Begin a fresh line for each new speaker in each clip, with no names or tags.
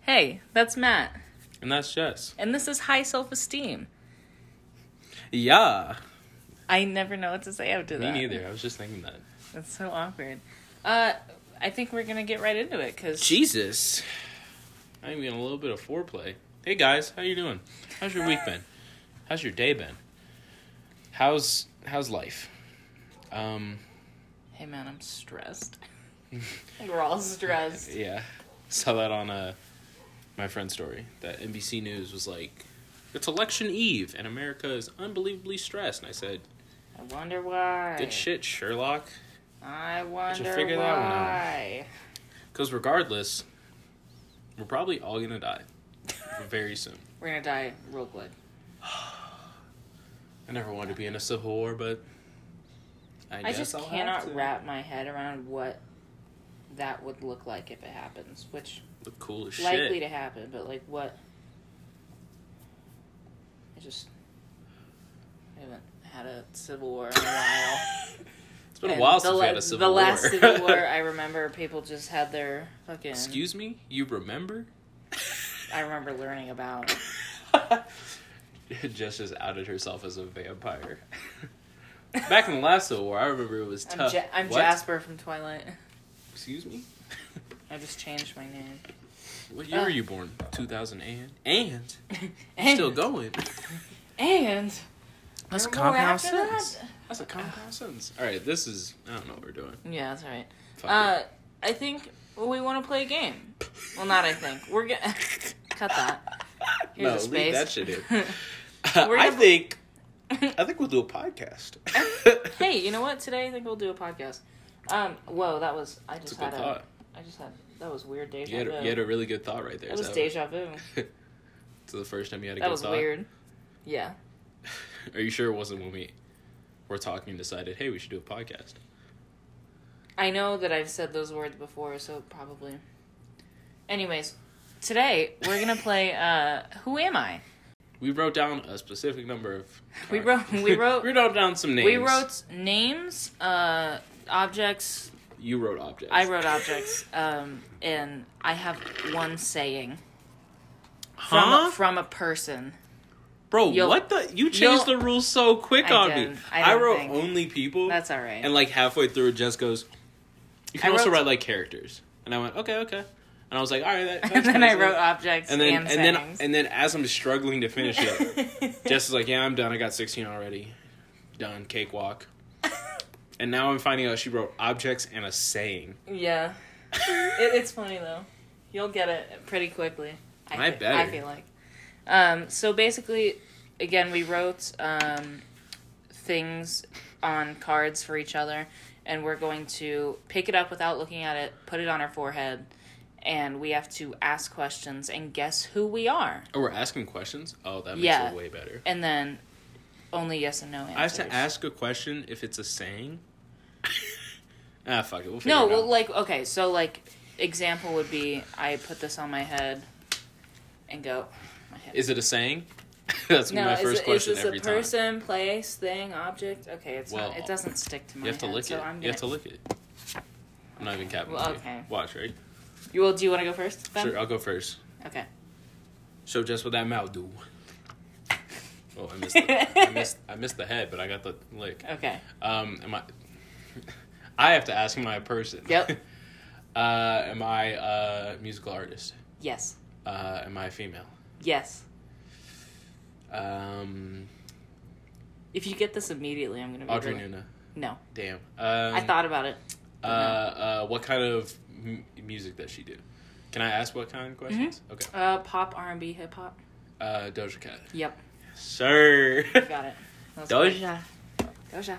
Hey, that's Matt,
And that's Jess.
and this is High Self Esteem.
Yeah.
I never know what to say after
Me
that.
neither. I was just thinking that.
That's so awkward. Uh, I think we're gonna get right into it because
Jesus. I'm getting a little bit of foreplay. Hey guys, how you doing? How's your week been? How's your day been? How's how's life? Um
hey, man, I'm stressed. we're all stressed.
yeah. Saw that on uh my friend's story that NBC News was like it's election eve and America is unbelievably stressed and I said,
I wonder why.
Good shit, Sherlock.
I wonder
figure
why.
that one out. Because regardless, we're probably all gonna die very soon.
We're gonna die real quick.
I never wanted to be in a civil war, but I,
I
guess
just
I'll have to.
cannot wrap my head around what that would look like if it happens, which
The coolest
likely
shit.
to happen, but like what? I just I haven't had a civil war in a while.
It's been a
And
while
the
since
la-
we had a civil
The
war.
last civil war, I remember people just had their fucking.
Excuse me, you remember?
I remember learning about.
Jess just outed herself as a vampire. Back in the last civil war, I remember it was
I'm,
tough.
ja- I'm
What?
Jasper from Twilight.
Excuse me.
I just changed my name.
What year
Uh.
were you born? Two thousand and and
And,
still going.
And
That's
there were more
compound
after that?
sentence. That's a compound sentence. All right, this is I don't know what we're doing.
Yeah, that's all right.
Fuck
Uh, I think we want to play a game. Well, not I think. We're gonna cut that.
it.
Here's a space.
leave that shit in.
We're
I
gonna-
think I think we'll do a podcast.
hey, you know what? Today I think we'll do a podcast. Um, whoa, that was I
That's a
just
good
had a.
thought.
I just had that was weird deja
You had,
vu.
a, you had a really good thought right there.
that
Is
was deja vu.
It's the first time you had a
That
good
was
thought.
weird. Yeah.
Are you sure it wasn't when we were talking and decided, hey, we should do a podcast?
I know that I've said those words before, so probably. Anyways, today we're gonna play uh Who Am I?
We wrote down a specific number of.
We wrote- we wrote-
we wrote down some names.
We wrote names, uh objects,
You wrote objects.
I wrote objects, um, and I have one saying from
Huh?
a, from a person.
Bro,
You'll-
what the? You
you'll-
changed the rules so quick
I
on me.
didn't. I don't
wrote
think-
only people.
That's all right.
And like halfway through, Jess goes, "You
I
can also
wrote-
write like characters." And I went, "Okay, okay." And I was like, "All right." That,
and
that's
then I
easy."
wrote objects
And
and,
then and, then
sayings.
and then as I'm struggling to finish it, Jess is like, "Yeah, I'm done. I got 16 already. Done. Cakewalk." and now I'm finding out she wrote objects and a saying.
yeah, it, it's funny though. You'll get it pretty quickly.
I
fe-
better.
I feel like. Um, so basically, again, we wrote um, things on cards for each other, and we're going to pick it up without looking at it, put it on our forehead, and we have to ask questions and guess who we are.
Oh, we're asking questions. Oh, that makes
Yeah.
it way better.
and then only yes and no answers.
I have to ask a question if it's a saying. ah, fuck it. We'll figure
No,
it out.
well, like okay, so like example would be I put this on my head and go. My head.
is it a saying? That's
no,
my
is,
first
it- is
question
this
every
a
time.
person, place, thing, object? Okay, it's
Well,
not. It doesn't stick to my
You have to
head,
lick
so
it.
I'm gonna,
You have to lick it. I'm not even capping.
Well,
with you.
okay.
Watch, right?
You will. Do you want to go first? Ben?
Sure, I'll go first.
Okay.
So just what that mouth do. Oh, I missed. The, I missed. I missed the head, but I got the lick.
Okay.
Um, am I? I have to ask am I a person?
Yep.
uh, am I a musical artist?
Yes.
Uh, am I female?
Yes.
Um,
If you get this immediately, I'm gonna be.
Audrey
really-
Nuna.
No,
Damn. Um,
I thought about it.
Uh, uh, what kind of m- music does she do? Can I ask what
Mm-hmm.
kind of questions? Okay.
Uh, pop, R and B, hip hop.
Uh, Doja Cat.
Yep,
Sir.
got it. That was
Doja.
good. Doja.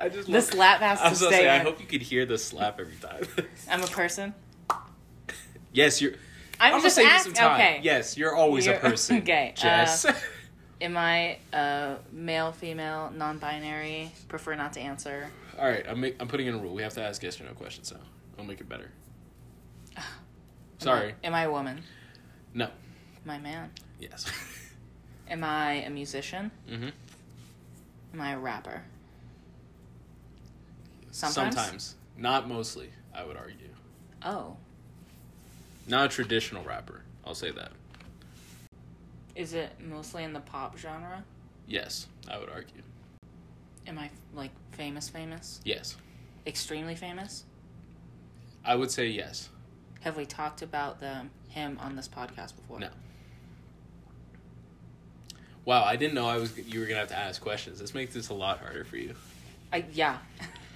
I just
The slap has to
I was gonna
stay
say, I
in.
hope you could hear the slap every time.
I'm a person.
yes, you're.
I'm,
gonna
just
save you
ask-
some time.
Okay.
Yes, you're always
You're-
a person.
okay, uh,
Jess.
Am I uh, male, female, non-binary? Prefer not to answer.
All right, I'm make, I'm putting in a rule. We have to ask yes or no questions, so I'll make it better. Sorry.
Am I a woman?
No.
Am I a man?
Yes.
Am I a musician?
Mm-hmm.
Am I a rapper? Sometimes?
Sometimes. Not mostly, I would argue.
Oh.
Not a traditional rapper. I'll say that.
Is it mostly in the pop genre?
Yes, I would argue.
Am I like famous, famous?
Yes.
Extremely famous?
I would say yes.
Have we talked about the him on this podcast before?
No. Wow, I didn't know I was you were gonna have to ask questions. This makes this a lot harder for you.
I yeah.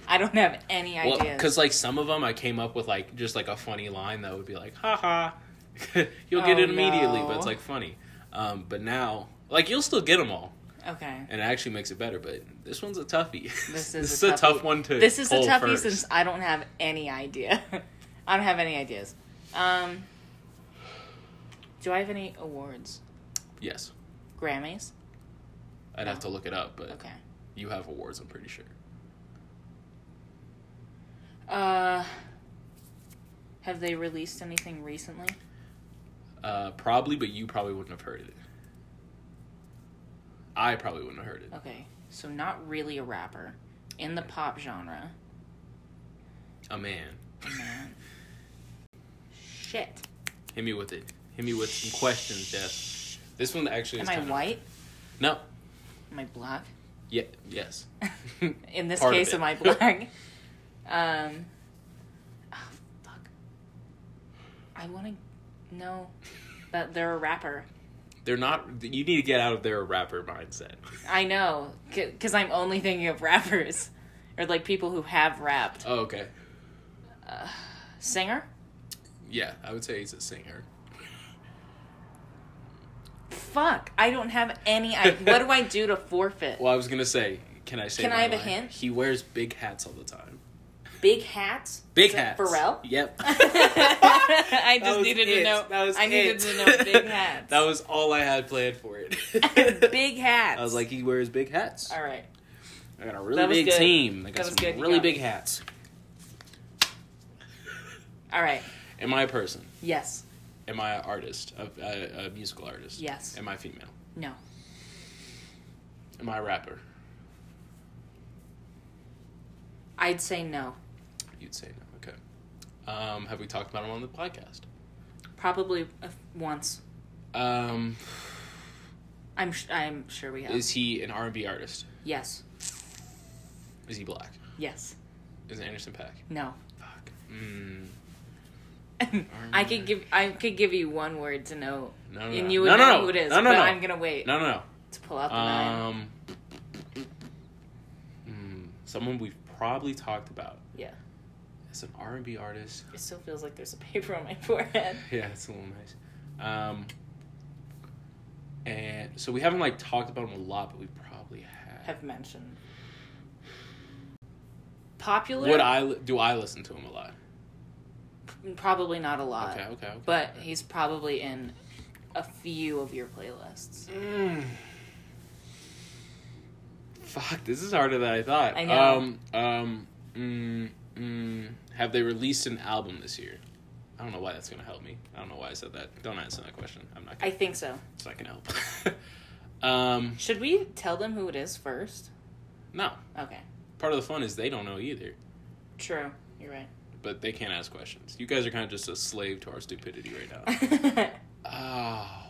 I don't have any
Well,
ideas.
because like some of them, I came up with like just like a funny line that would be like, "Ha ha," you'll get
Oh,
it immediately, but
no.
it's like funny. Um, but now, like you'll still get them all,
okay.
and it actually makes it better. But this one's a toughie.
This is
this
a
is a tough
toughie.
one to.
This is a
pull
toughie
first.
since I don't have any idea. I don't have any ideas. Um, do I have any awards?
Yes,
Grammys?
I'd have to look it up, but
Oh. Okay.
you have awards. I'm pretty sure.
Uh, have they released anything recently?
Uh, probably, but you probably wouldn't have heard it. I probably wouldn't have heard it.
Okay, so not really a rapper in the pop genre.
A man,
Man. Shit.
hit me with it. Hit me with some questions, Jeff. This one actually is
Am I
kinda-
white?
No.
Am I black?
Yeah. Yes.
In this
Part of
case,
it.
am I black? um. Oh, fuck. I want to know that they're a rapper.
They're not. You need to get out of their rapper mindset.
I know, because I'm only thinking of rappers. Or like people who have rapped.
Oh, okay.
Singer?
Yeah, I would say he's a singer.
Fuck. I don't have any I What do I do to forfeit?
Well, I was gonna say, can I say?
Can I
my
have a
line?
hint?
He wears big hats all the time.
Big hats?
Big
Is it
hats.
Pharrell?
Yep.
I
That
just
was
needed
it.
to know.
That was
I needed
it.
to know big hats.
that was all I had planned for it.
big hats.
I was like, he wears big hats.
all right.
I got a really
That was
big
good.
team. I
That
got
was
some
good. You
really
got it.
big hats.
All right.
Am I a person?
Yes.
Am I an artist? A, a, a musical artist?
Yes.
Am I female?
No.
Am I a rapper?
I'd say no.
You'd say no. Okay. Um, have we talked about him on the podcast?
Probably uh, once.
Um,
I'm sh- I'm sure we have.
Is he an R and B artist?
yes.
Is he black?
Yes.
Is it Anderson Pack?
No.
Fuck. Mm.
I could give I could give you one word to know,
No, no,
and
no.
you would
no,
know
no,
who it is.
No, no,
but
no.
I'm gonna wait
no, no,
to pull out
no.
the nine.
Um, mm, someone we've probably talked about
Yeah.
as an R and B artist.
It still feels like there's a paper on my forehead.
Yeah, it's a little nice. Um, and so we haven't like talked about him a lot, but we probably have.
Have mentioned. Popular?
Would I li- do? I listen to him a lot.
Probably not a lot.
Okay, okay, okay.
Uh, but he's probably in a few of your playlists.
Mm. Fuck, this is harder than I thought.
I know.
Um, um, mm, mm, have they released an album this year? I don't know why that's gonna help me. I don't know why I said that. Don't answer that question. I'm not. Gonna,
I think so.
it's not gonna help. um,
Should we tell them who it is first?
no.
Okay.
Part of the fun is they don't know either,
True. You're
but they can't ask questions. You guys are kind of just a slave to our stupidity right now.
right.
Oh,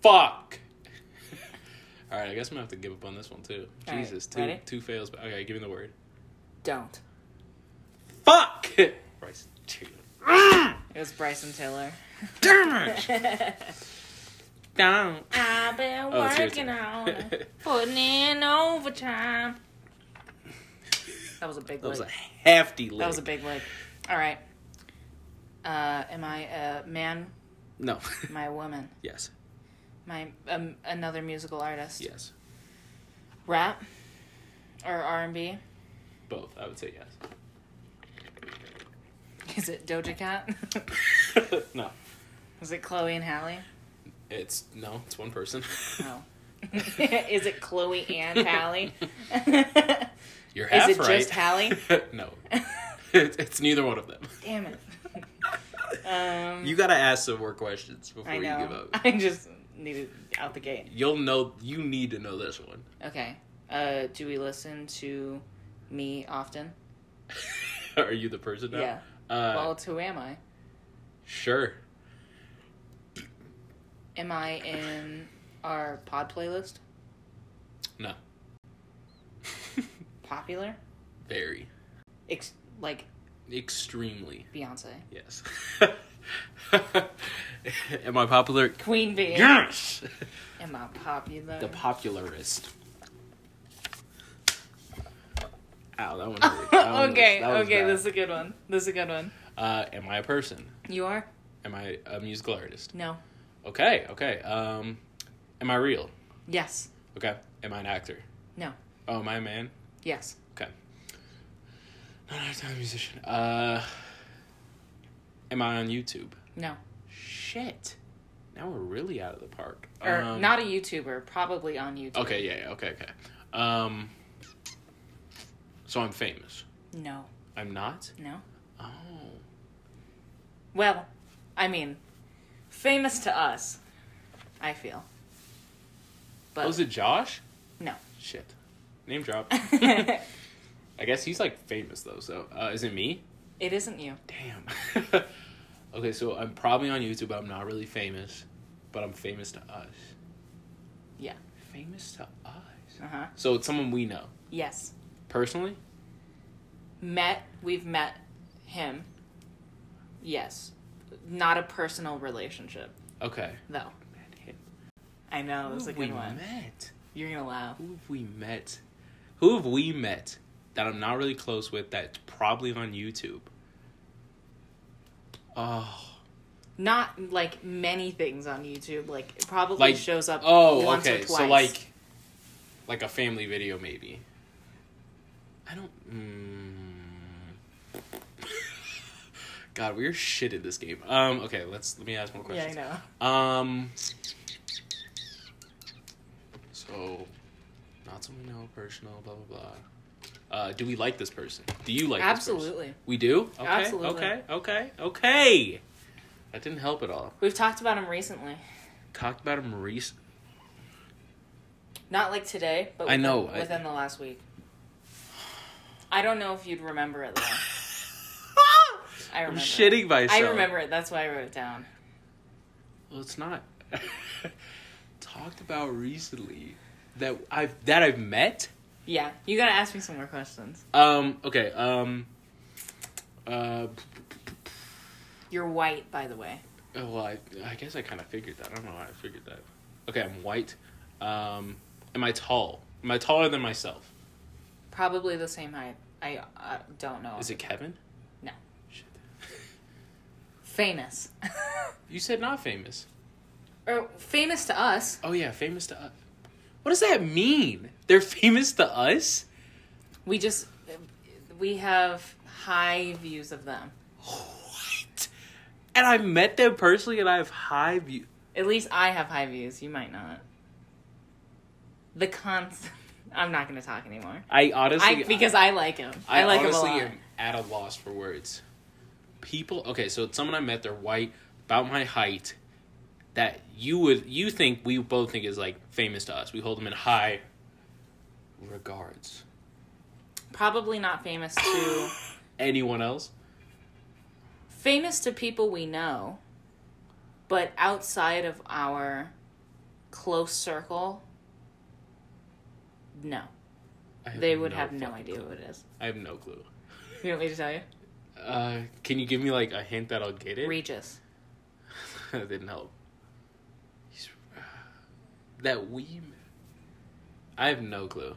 fuck. All right, I guess I'm gonna have to give up on this one too.
All right,
Jesus, two
ready?
two fails. but- Okay, give me the word.
Don't.
Fuck. Bryce Taylor.
It was Bryson Taylor.
Mm, Damn it. Down.
I've been
Oh, it's your
working
turn.
on it, putting in overtime. That was a big
That was a
lick.
hefty lick.
That was a big lick. All right. Uh, am I a man?
no.
Am I a woman?
yes.
My um, another musical artist.
Yes.
Rap or R and B?
Both. I would say
Is it Doja Cat?
yes. no.
Is it Chloe and Halle?
It's no. It's one person.
No. Is it Chloe and Halle?
You're
Is
half
it
right.
just Halle?
no. It's, it's neither one of them.
Damn it. Um,
You gotta ask some more questions before
I
you give
know.
up.
I just needed out the gate.
You'll know. You need to know this one.
Okay. Uh, do we listen to me often?
Are you the person now?
Yeah.
Uh,
well, it's who am I?
sure.
Am I in our pod playlist?
No.
Popular?
Very.
Ex- like
Extremely.
Beyonce.
Yes. Am I popular?
Queen Bee.
Yes.
Am I popular?
The popularist. Ow, that one. hurt. That one was-
okay,
that was
okay,
bad.
this is a good one. This is a good one.
Uh, am I a person?
You are?
Am I a musical artist?
No.
Okay, okay. Um, am I real?
Yes.
Okay. Am I an actor?
No.
Oh, am I a man?
Yes.
Okay. Not an actor, I'm a musician. Uh, am I on YouTube?
No.
Shit. Now we're really out of the park.
Or
Um,
Er, not a YouTuber, probably on YouTube.
Okay, yeah, yeah, okay, okay. Um, so I'm famous.
No.
I'm not?
No.
Oh.
Well, I mean, famous to us, I feel. But
Oh, is it Josh?
no.
Shit. Name drop. I
it
guess he's like famous though, so. Uh, is it me?
isn't you.
Damn. okay, so I'm probably on YouTube, but I'm not really famous. But I'm famous to us.
Yeah.
Famous to us?
Uh huh.
So it's someone we know.
Yes.
Personally?
Met. We've met him. Yes. Not a personal relationship
Okay.
though.
Met him.
I know
Who
Oh, that's a
have we
good one.
met?
You're gonna laugh.
Who have we met? Who have we met that I'm not really close with that's probably on YouTube? Oh.
Not like many things on YouTube. Like it probably
Like-
shows up
Oh,
once
okay.
or twice.
So like like a family video maybe. I don't mm. God, we're shit at this game. Um okay, let's let me ask more
yeah, I
questions.
know.
Um. So, not someone we know, personal, blah blah blah. Uh, do we like this person? Do you like This person?
Absolutely.
We do. Okay,
Absolutely.
Okay. Okay. Okay. That didn't help at all.
We've talked about him recently.
Talked about him recently.
Not like today, but
I know,
within,
I-
within the last week. I don't know if you'd remember it though. I
I'm
remember. it.
shitting myself.
I remember it. That's why I wrote it down.
Well, it's not talked about recently that I've that I've met.
Yeah, you gotta ask me some more questions.
Um. Okay. Um. Uh.
You're white, by the way.
Oh, well, I, I guess I kind of figured that. I don't know why I figured that. Okay, I'm white. Um, am I tall? Am I taller than myself?
Probably the same height. I uh, don't know.
Is it Kevin?
No.
Shit.
famous?
You said not famous.
or famous to us?
Oh, yeah, famous to us. What does that mean? They're famous to us?
We just we have high views of them.
What? And I met them personally and I have high view.
At least I have high views. You might not. The cons. I'm not gonna talk anymore.
I honestly.
I because I like him. I, like him a
honestly
lot.
am at a loss for words. People, okay, so it's someone I met, they're white, about my height, that you would you think we both think is like famous to us. We hold them in high regards.
Probably not famous to
Anyone else?
famous to people we know, but outside of our close circle, no,
I have
they would
no
have no
fucking
idea
clue.
who it is.
I have no clue.
You want me to tell you?
Uh, can you give me like a hint that I'll get it?
Regis.
that didn't help. He's, that we. met- I have no clue.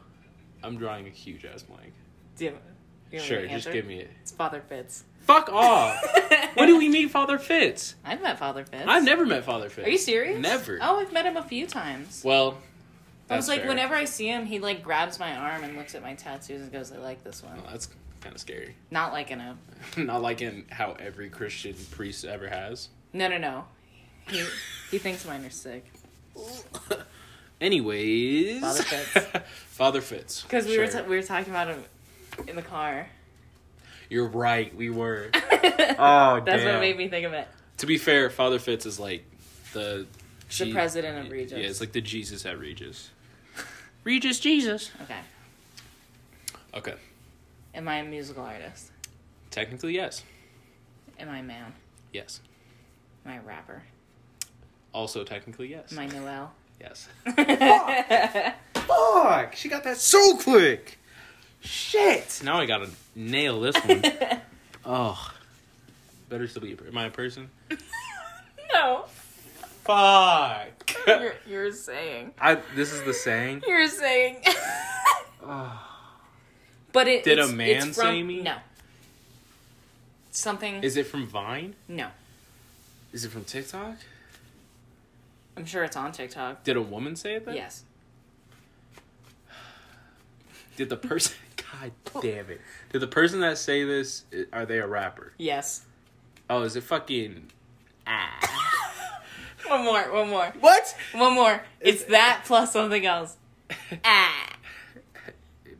I'm drawing a huge ass blank.
Do you, you want me
Sure,
to
just
answer?
give me it.
It's Father Fitz.
Fuck off. when do we meet Father Fitz?
I've met Father Fitz.
I've never met Father Fitz.
Are you serious?
Never.
Oh, I've met him a few times.
Well,
I was
that's
like,
fair.
whenever I see him, he like grabs my arm and looks at my tattoos and goes, "I like this one."
Well, Oh, that's kind of scary.
Not like in a
Not like in how every Christian priest ever has.
no, no, no. He he thinks mine are sick.
Anyways,
Father Fitz.
Father Fitz.
Because we were
Sure.
t- we were talking about him in the car.
You're right. We were.
That's
Oh,
what made me think of it.
To be fair, Father Fitz is like the
The president of Regis.
Yeah, it's like the Jesus at Regis. Regis Jesus.
Okay.
Okay.
Am I a musical artist?
Technically, yes.
Am I a man?
Yes.
Am I a rapper?
Also, technically, yes.
Am I Noel?
yes.
Fuck! She got that so quick. Shit.
Now I gotta nail this one. oh. Better still be. Am I a person?
no.
Fuck.
You're, you're saying.
I, this is the saying.
You're saying. but it
Did a
it's-
man
it's from,
say me?
No. Something.
Is it from Vine?
no.
Is it from TikTok?
I'm sure it's on TikTok.
Did a woman say it? Then?
Yes.
Did the person? God damn it! Did the person that say this? i- Are they a rapper?
Yes.
Oh, is it fucking? Ah.
One more. One more.
What?
One more. It's that plus something else. Ah.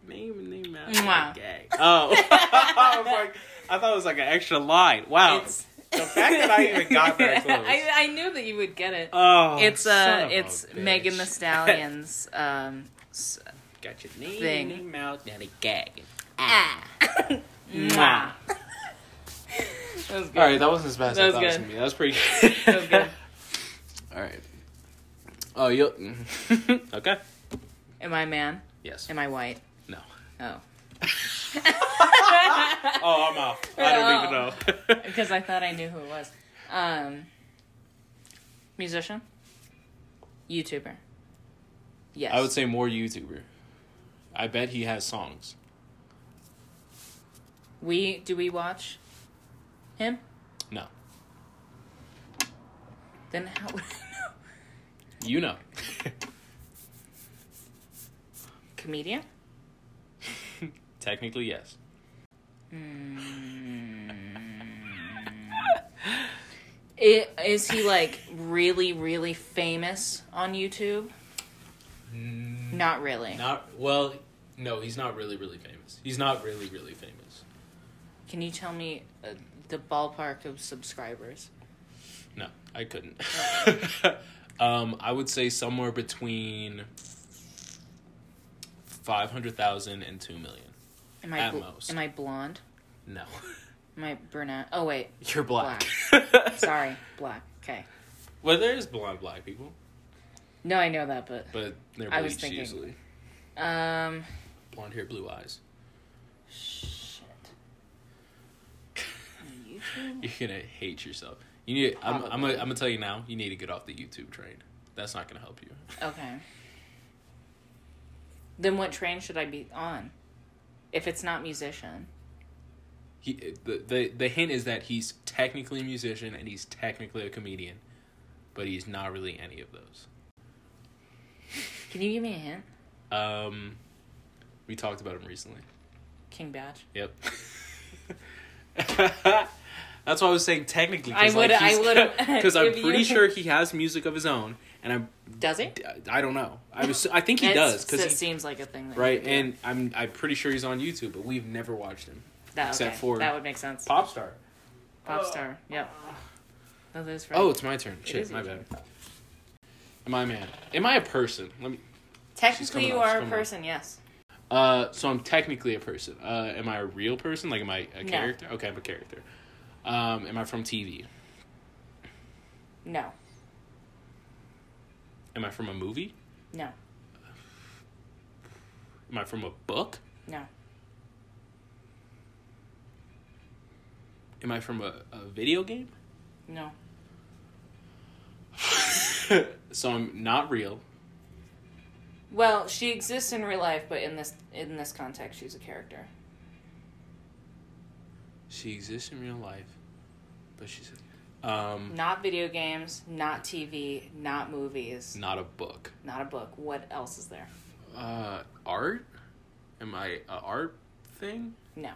name name out.
Mwah.
Gay. Oh, I was like, I thought it was like an extra line. Wow.
It's
Oh. the fact that I even got that close.
I, I knew that you would get it.
oh,
it's
son
uh,
of a
it's
bitch.
Megan the Stallion's um, s-
got your name,
thing.
name out, and a gag.
ah.
Mwah.
That was good.
All right, that wasn't as bad as
That
I
was
thought it was
good.
gonna be. That was pretty good.
That was good.
All right. Oh, you. okay.
Am I a man?
Yes.
Am I white?
No.
Oh.
Oh, I'm out. I don't even know.
Because I thought I knew who it was. Um, musician? YouTuber? Yes.
I would say more YouTuber. I bet he has songs.
We, do we watch him?
No.
Then how would
You know.
Comedian?
Technically, yes.
I is he like really, really famous on YouTube? Not really.
Not well. No, he's not really, really famous. He's not really, really famous.
Can you tell me uh, the ballpark of subscribers?
No, I couldn't. um, I would say somewhere between five hundred thousand and two million.
Am I
At
bl-
most.
am I blonde?
No,
Am I brunette? Oh wait,
you're black.
sorry, black. Okay.
Well, there is blonde black people,
No, I know that, but
but they're bleached
I was thinking-
usually.
um,
Blonde hair, blue eyes.
shit. YouTube?
You're gonna hate yourself. You need. I'm. I'm. Gonna, I'm gonna tell you now. You need to get off the YouTube train. That's not gonna help you.
Okay. Then what train should I be on? If it's not musician,
He. The. The, the hint is that he's technically a musician and he's technically a comedian, but he's not really any of those.
can you give me a hint?
Um, we talked about him recently.
King Batch.
Yep. That's why I was saying technically.
I would- I would've-
Because I'm
if you-
pretty sure he has music of his own, and I'm.
Does it?
I don't know. I was. I think he does
It
because
seems like a thing. That you
Right,
could do.
and I'm I'm pretty sure he's on YouTube, but we've never watched him.
that,
except
okay,
for-
that would make sense. Pop,
Pop star.
star. Yep. No, that is right.
Oh, it's my turn.
is
Shit, my
your
bad. Am I a man? Am I a person? Let me.
technically
coming
you
up, she's
are a
coming up.
person. Yes.
Uh, so I'm technically a person. Uh, am I a real person? Like, am I a
No.
character? Okay, I'm a character. Um, am I from TV?
No.
Am I from a movie?
No.
Am I from a book?
No.
Am I from a, a video game?
No.
so I'm not real.
Well, she exists in real life, but in this in this context, she's a character.
She exists in real life, but she's um
Not video games, not TV, not movies,
not a book.
not a book. What else is there?
Uh, art? Am I a art thing?
No.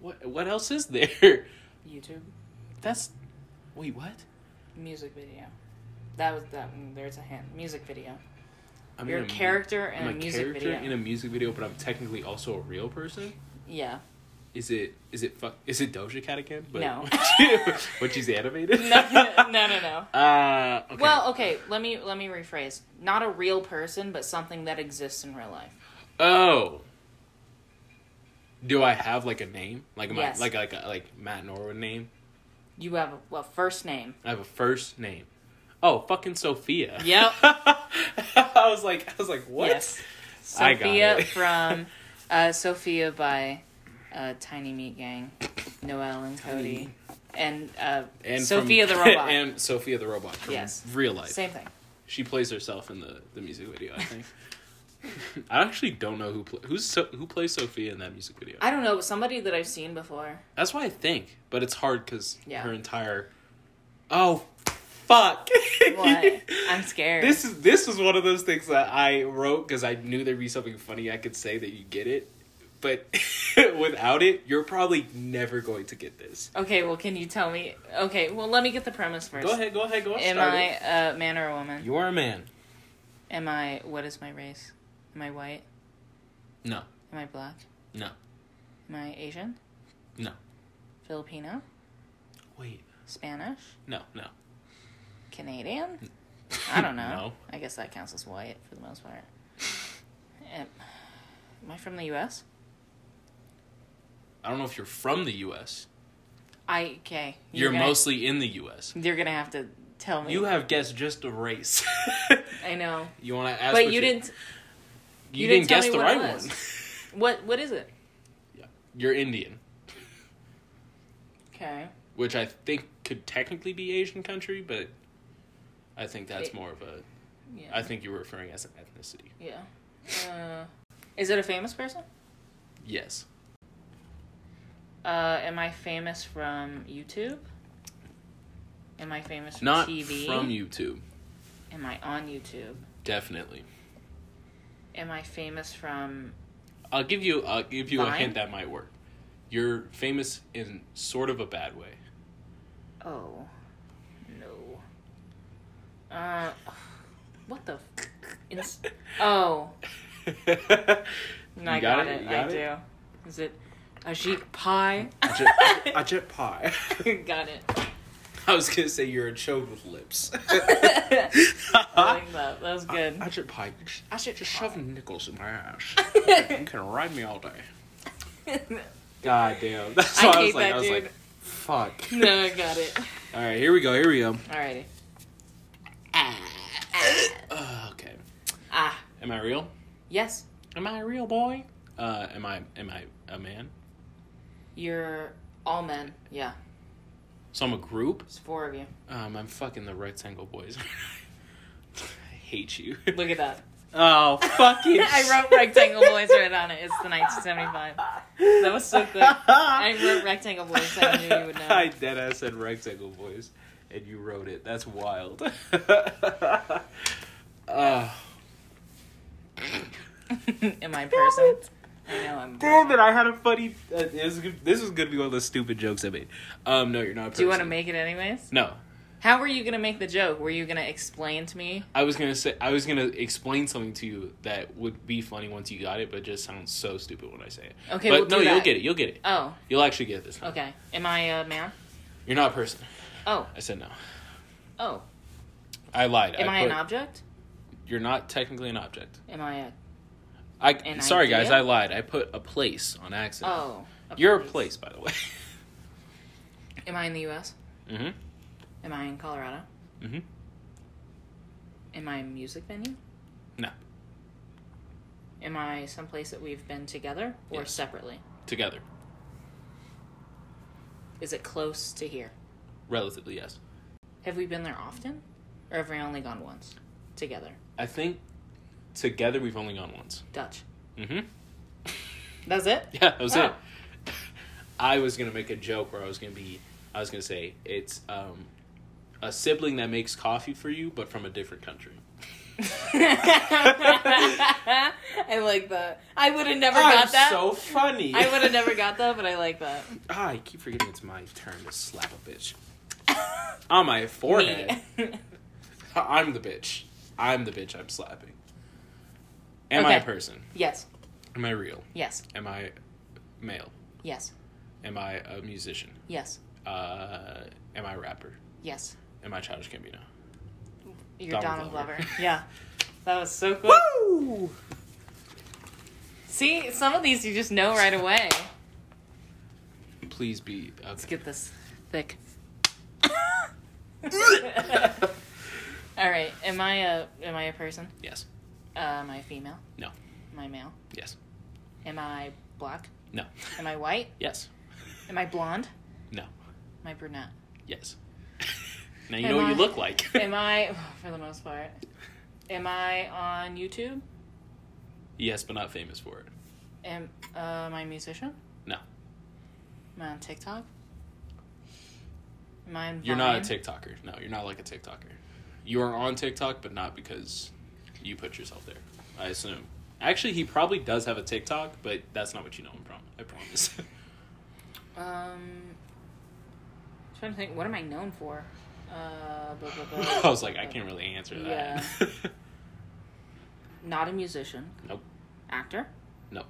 What What else is there?
YouTube,
That's wait what?
music video. That was that. mm, There's a hint. Music video.
I'm
You're
in
a character in
I'm
a music video.
in a music video, but I'm technically also a real person.
yeah.
Is it is it fuck is it Doja Cat again?
No.
when she's animated.
No, no, no, no.
Uh, okay.
Well, okay. Let me let me rephrase. Not a real person, but something that exists in real life.
Oh. Do I have like a name? Like my
Yes.
like like a, like Matt Norwood name?
You have a well, first name.
I have a first name. Oh, fucking Sophia.
Yep.
I was like I was like what?
Yes.
I got
Sophia
it.
from uh, Sophia by uh, Tiny Meat Gang, Noel and Cody, and, uh,
And from-
Sophia the robot.
and Sophia the robot from
Yes.
real life.
Same thing.
She plays herself in the, the music video, I think. I actually don't know who pl- who's so- who plays Sophia in that music video.
I don't know, but somebody that I've seen before.
That's why I think, but it's hard because
Yeah.
her entire. Oh, fuck!
What? I'm scared.
this is this was one of those things that I wrote because I knew there'd be something funny I could say that you get it, but without it, you're probably never going to get this.
Okay, well, can you tell me? Okay, well, let me get the premise first.
Go ahead, go ahead, go
Am
ahead. start
I
it.
a man or a woman?
You are a man.
Am I what is my race? Am I white?
No,
Am I black?
no,
Am I Asian?
no.
Filipino?
Wait,
Spanish?
no, no.
Canadian? I don't know.
No.
I guess that counts as white for the most part. Am, am I from the U.S.?
I don't know if you're from the U.S.
I okay.
You're,
gonna,
mostly in the U.S.
You're gonna have to tell me.
You have guessed just a race.
I know,
you want to ask?
but
what
you didn't.
You,
you
didn't,
didn't tell
guess
me
the
what it
right
was.
one.
What What is it?
You're Indian,
Okay.
which I think could technically be Asian country, but I think that's
It-
more of a.
Yeah.
I think you were referring as an ethnicity.
yeah. Uh, is it a famous person?
Yes.
Uh, am I famous from YouTube? Am I famous from
Not
TV?
from YouTube.
Am I on YouTube?
Definitely.
Am I famous from?
I'll give you. I'll give you a
Vine?
hint that might work. You're famous in sort of a bad way.
Oh, no. Uh, what the? F- ins- oh, no, I
You got
got,
it?
it.
You
I
got it?
do. Is it Ajit Pie?
I jet pie.
got it.
I was gonna say you're a chode with lips.
I like that. That was good.
I should pipe. I should just shove nickels in my ass. you can ride me all day. God damn. That's
I
why I,
hate
was like,
that
I was
dude.
like, fuck.
no, I got it.
All right, here we go. Here we go.
Alrighty.
Uh, okay.
Ah,
Am I real?
yes.
Am I a real boy? Uh, am I? Am I a man?
You're all men. Yeah,
So I'm a group.
it's four of you.
Um, I'm fucking the rectangle boys. I hate you.
Look at that.
oh fucking.
I wrote rectangle boys right on it. It's the 1975. That was so quick. I wrote rectangle boys. I knew you would know.
I dead ass said rectangle boys, and you wrote it. That's wild. uh,
Am I a person? I know I'm. a
damn
person.
it! I had a funny. Uh, this, is, this is gonna be one of the stupid jokes I made. Um, no, you're not. A
Do you want to
person.
make it anyways?
No,
How were you gonna make the joke? Were you gonna explain to me?
I was gonna say I was gonna explain something to you that would be funny once you got it, but just sounds so stupid when I say it.
Okay,
but
we'll do
no, you'll
that.
get it. You'll get it.
Oh,
You'll actually get it this time.
okay. Am I a man?
You're not a person.
Oh,
I said no.
oh.
I lied.
Am I
put-
an object?
You're not technically an object.
Am I a
I
An
sorry guys,
idea?
I lied. I put a place on accident.
oh?
You're a place, by the way.
Am I in the U.S.?
mm-hmm.
Am I in Colorado?
Mm-hmm.
Am I a music venue?
No.
Am I someplace that we've been together or
Yes.
separately?
Together.
Is it close to here?
Relatively, yes.
Have we been there often, or have we only gone once together?
I think together we've only gone once.
Dutch.
Mm-hmm.
That's it.
Yeah, that was
Oh.
it. I was gonna make a joke where I was gonna be, I was gonna say it's um, a sibling that makes coffee for you, but from a different country.
I like that. I would have never got that.
so funny.
I would have never got that, but I like that.
Ah, I keep forgetting it's my turn to slap a bitch on my forehead.
Me.
I'm the bitch. I'm the bitch. I'm slapping. Am I a
Okay.
person?
yes.
Am I real?
Yes.
Am I male?
Yes.
Am I a musician?
Yes.
Uh, am I a rapper?
Yes.
Am I Childish Gambino?
You're
Donald
Donald,
Glover.
Glover. yeah. That was so cool.
Woo!
See, some of these you just know right away.
Please be. uh,
Let's
Okay.
get this thick. All right. Am I a am I a person?
yes.
Uh, am I female?
No.
Am I male?
Yes.
Am I black?
No.
Am I white?
Yes.
Am I blonde?
No.
Am I brunette?
Yes. now you
Am
know what you
I-
look like.
Am I, for the most part, am I on YouTube?
yes, but not famous for it.
Am, uh, am I a musician?
No.
Am I on TikTok? Am I on
You're not a
Vine?
TikToker. No, you're not like a TikToker. You are on TikTok, but not because you put yourself there. I assume. Actually, he probably does have a TikTok, but that's not what you know him from. I promise.
Um, trying to think. What am I known for? Uh, blah, blah, blah.
I was like, I can't really answer that.
Not a musician.
nope.
Actor.
Nope.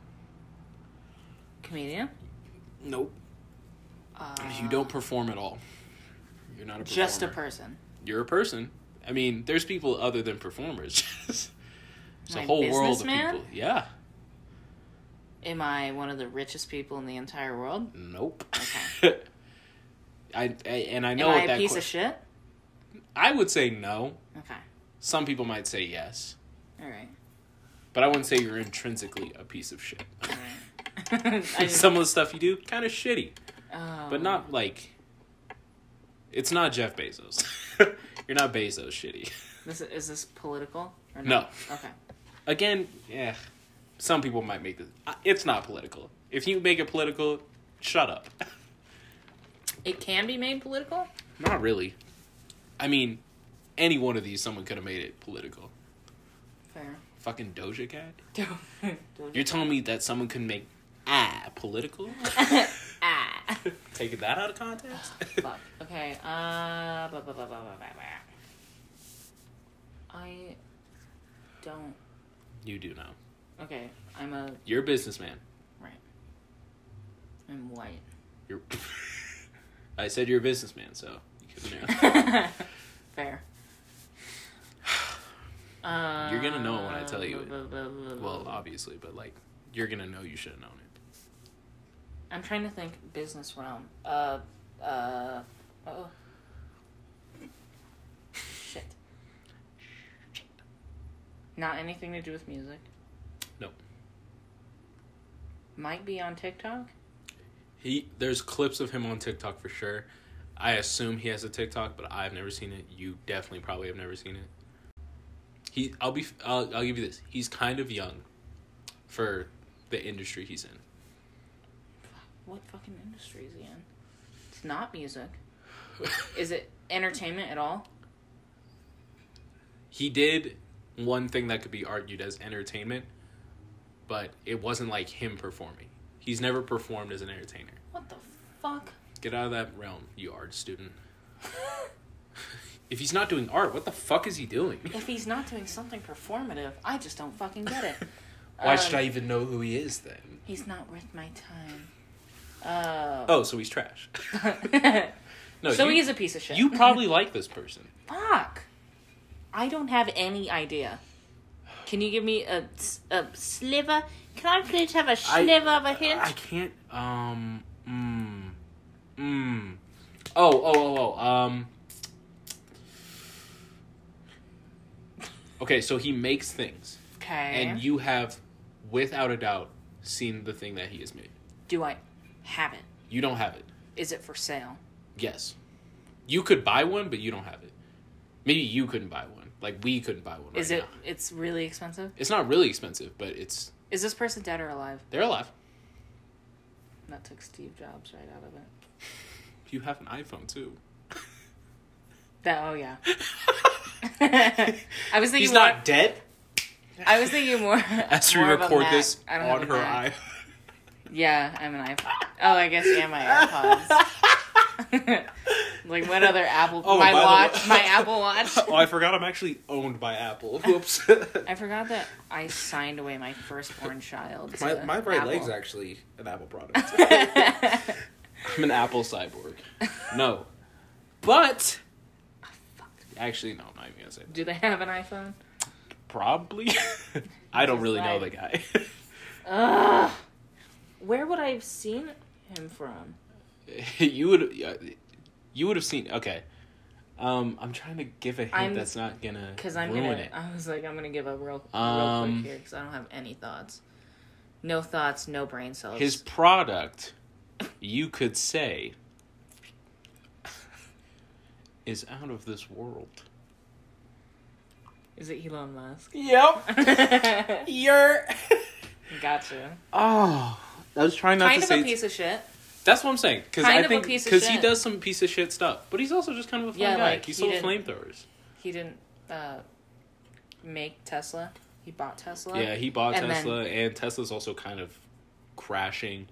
Comedian.
Nope.
Uh,
you don't perform at all. You're not a performer.
Just a person.
You're a person. I mean, there's people other than performers. There's
Am I
a
a
whole world of
businessman?
people. Yeah.
Am I one of the richest people in the entire world?
Nope.
Okay.
I, I and I
Am
know
I
what
a
that
piece
question,
of shit?
I would say no.
Okay.
Some people might say yes,
All right.
but I wouldn't say you're intrinsically a piece of shit.
All right. I just-
Some of the stuff you do kind of shitty, but
um,
not like it's not Jeff Bezos. you're not Bezos shitty.
This is this political or
No.
not? Okay.
Again, yeah. Some people might make this. I- It's not political. If you make it political, shut up.
It can be made political.
Not really. I mean, any one of these, someone could have made it political.
Fair.
Fucking Doja Cat. You're
Doja-
telling me that someone can make ah political?
ah.
Taking that out of context?
Fuck. Okay. Uh. Blah, blah, blah, blah, blah, blah, blah. I don't.
you do know.
Okay. I'm a
You're a businessman.
right. I'm white.
You're. I said you're a businessman, so you couldn't know.
Fair. Uh,
You're gonna know when I tell you it.
blah, blah, blah, blah,
well,
blah.
obviously, but like, you're gonna know you should have known it.
I'm trying to think business realm. Uh, uh, oh. Shit. Not anything to do with music.
Nope.
Might be on TikTok.
He there's clips of him on TikTok for sure. I assume he has a TikTok, but I've never seen it. You definitely probably have never seen it. He I'll be I'll, I'll give you this. He's kind of young for the industry he's in.
What fucking industry is he in? It's not music. Is it entertainment at all?
he did one thing that could be argued as entertainment, but it wasn't like him performing. He's never performed as an entertainer.
What the fuck?
Get out of that realm, you art student. if he's not doing art, what the fuck is he doing?
If he's not doing something performative, I just don't fucking get it.
Why
Um,
should I even know who he is then?
He's not worth my time. Uh,
Oh, so he's trash. No,
so Uh,
you,
he's a piece of shit.
you probably like this person.
Fuck. I don't have any idea. Can you give me a, s- a sliver? Can I please have a sliver of a hint?
I can't. Um. Mm. Mm. Oh, oh, oh, oh. Um. Okay, so he makes things,
okay.
and you have, without a doubt, seen the thing that he has made.
Do I have it?
You don't have it.
Is it for sale?
Yes, you could buy one, but you don't have it. Maybe you couldn't buy one. Like we couldn't buy one.
Is
right
it?
now.
It's really expensive.
It's not really expensive, but it's
Is this person dead or alive?
they're alive.
That took Steve Jobs right out of it.
You have an iPhone too.
That. Oh yeah. I was thinking.
He's
More,
not dead.
I was thinking more.
As we
more of a
record
Mac.
this
I don't
on
have a
her
Mac.
eye.
Yeah, I'm an iPod. Oh, I guess yeah, my AirPods. like what other Apple?
Oh,
my
by the
watch,
way-
my Apple Watch.
oh, I forgot I'm actually owned by Apple. Whoops.
I forgot that I signed away my firstborn child. to
My, my bright
Apple.
leg's actually an Apple product.
I'm an Apple cyborg. No. But
Oh,
actually no, I'm not even gonna say
Do they have an iPhone?
probably. I don't
Just
really know the
like-
guy.
Ugh. Where would I have seen him from?
you would you would have seen okay. Um, I'm trying to give a hint
I'm-
that's not gonna
Because I'm
ruin
gonna.
it.
I was like, I'm gonna give up real, real
Um,
quick here because I don't have any thoughts. No thoughts, no brain cells.
His product, you could say, is out of this world.
Is it Elon Musk?
Yep.
gotcha.
You're. Oh, I was trying not
kind
to
of
say.
a piece of shit.
That's what I'm saying. Because
Kind
I
of a
think
piece of
because he
shit.
does some piece of shit stuff, but he's also just kind of a fun
Yeah,
guy.
like, he
he sold
didn't-
flamethrowers.
He didn't uh, make Tesla. He bought Tesla.
Yeah, he bought
And then-
Tesla, and Tesla's also kind of crashing.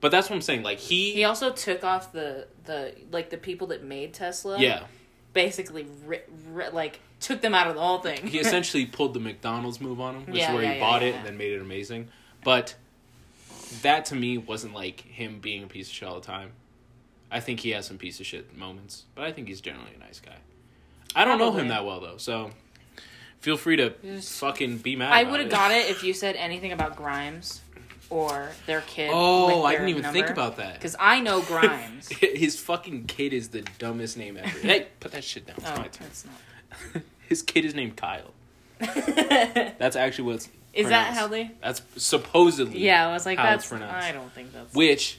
But that's what I'm saying. Like
He also took off the the like the people that made Tesla.
yeah,
Basically, ri- ri- like took them out of the whole thing.
he essentially pulled the McDonald's move on him, which
Yeah,
is where
yeah,
he
yeah,
bought
yeah,
it
yeah.
and then made it amazing. But that to me wasn't like him being a piece of shit all the time. I think he has some piece of shit moments, but I think he's generally a nice guy. I don't know him
Probably.
that well though, so feel free to
Yes.
fucking be mad.
I
about
would have got it if you said anything about Grimes or their kid.
Oh, I didn't even think about that.
Because I know Grimes.
His fucking kid is the dumbest name ever. hey, put that shit down. It's
oh,
my turn.
that's
His kid is named Kyle.
not.
That's actually what it's
Is that
pronounced.
how they?
That's supposedly.
Yeah, I was like,
how
that's.
it's pronounced.
I don't think that's.
Which,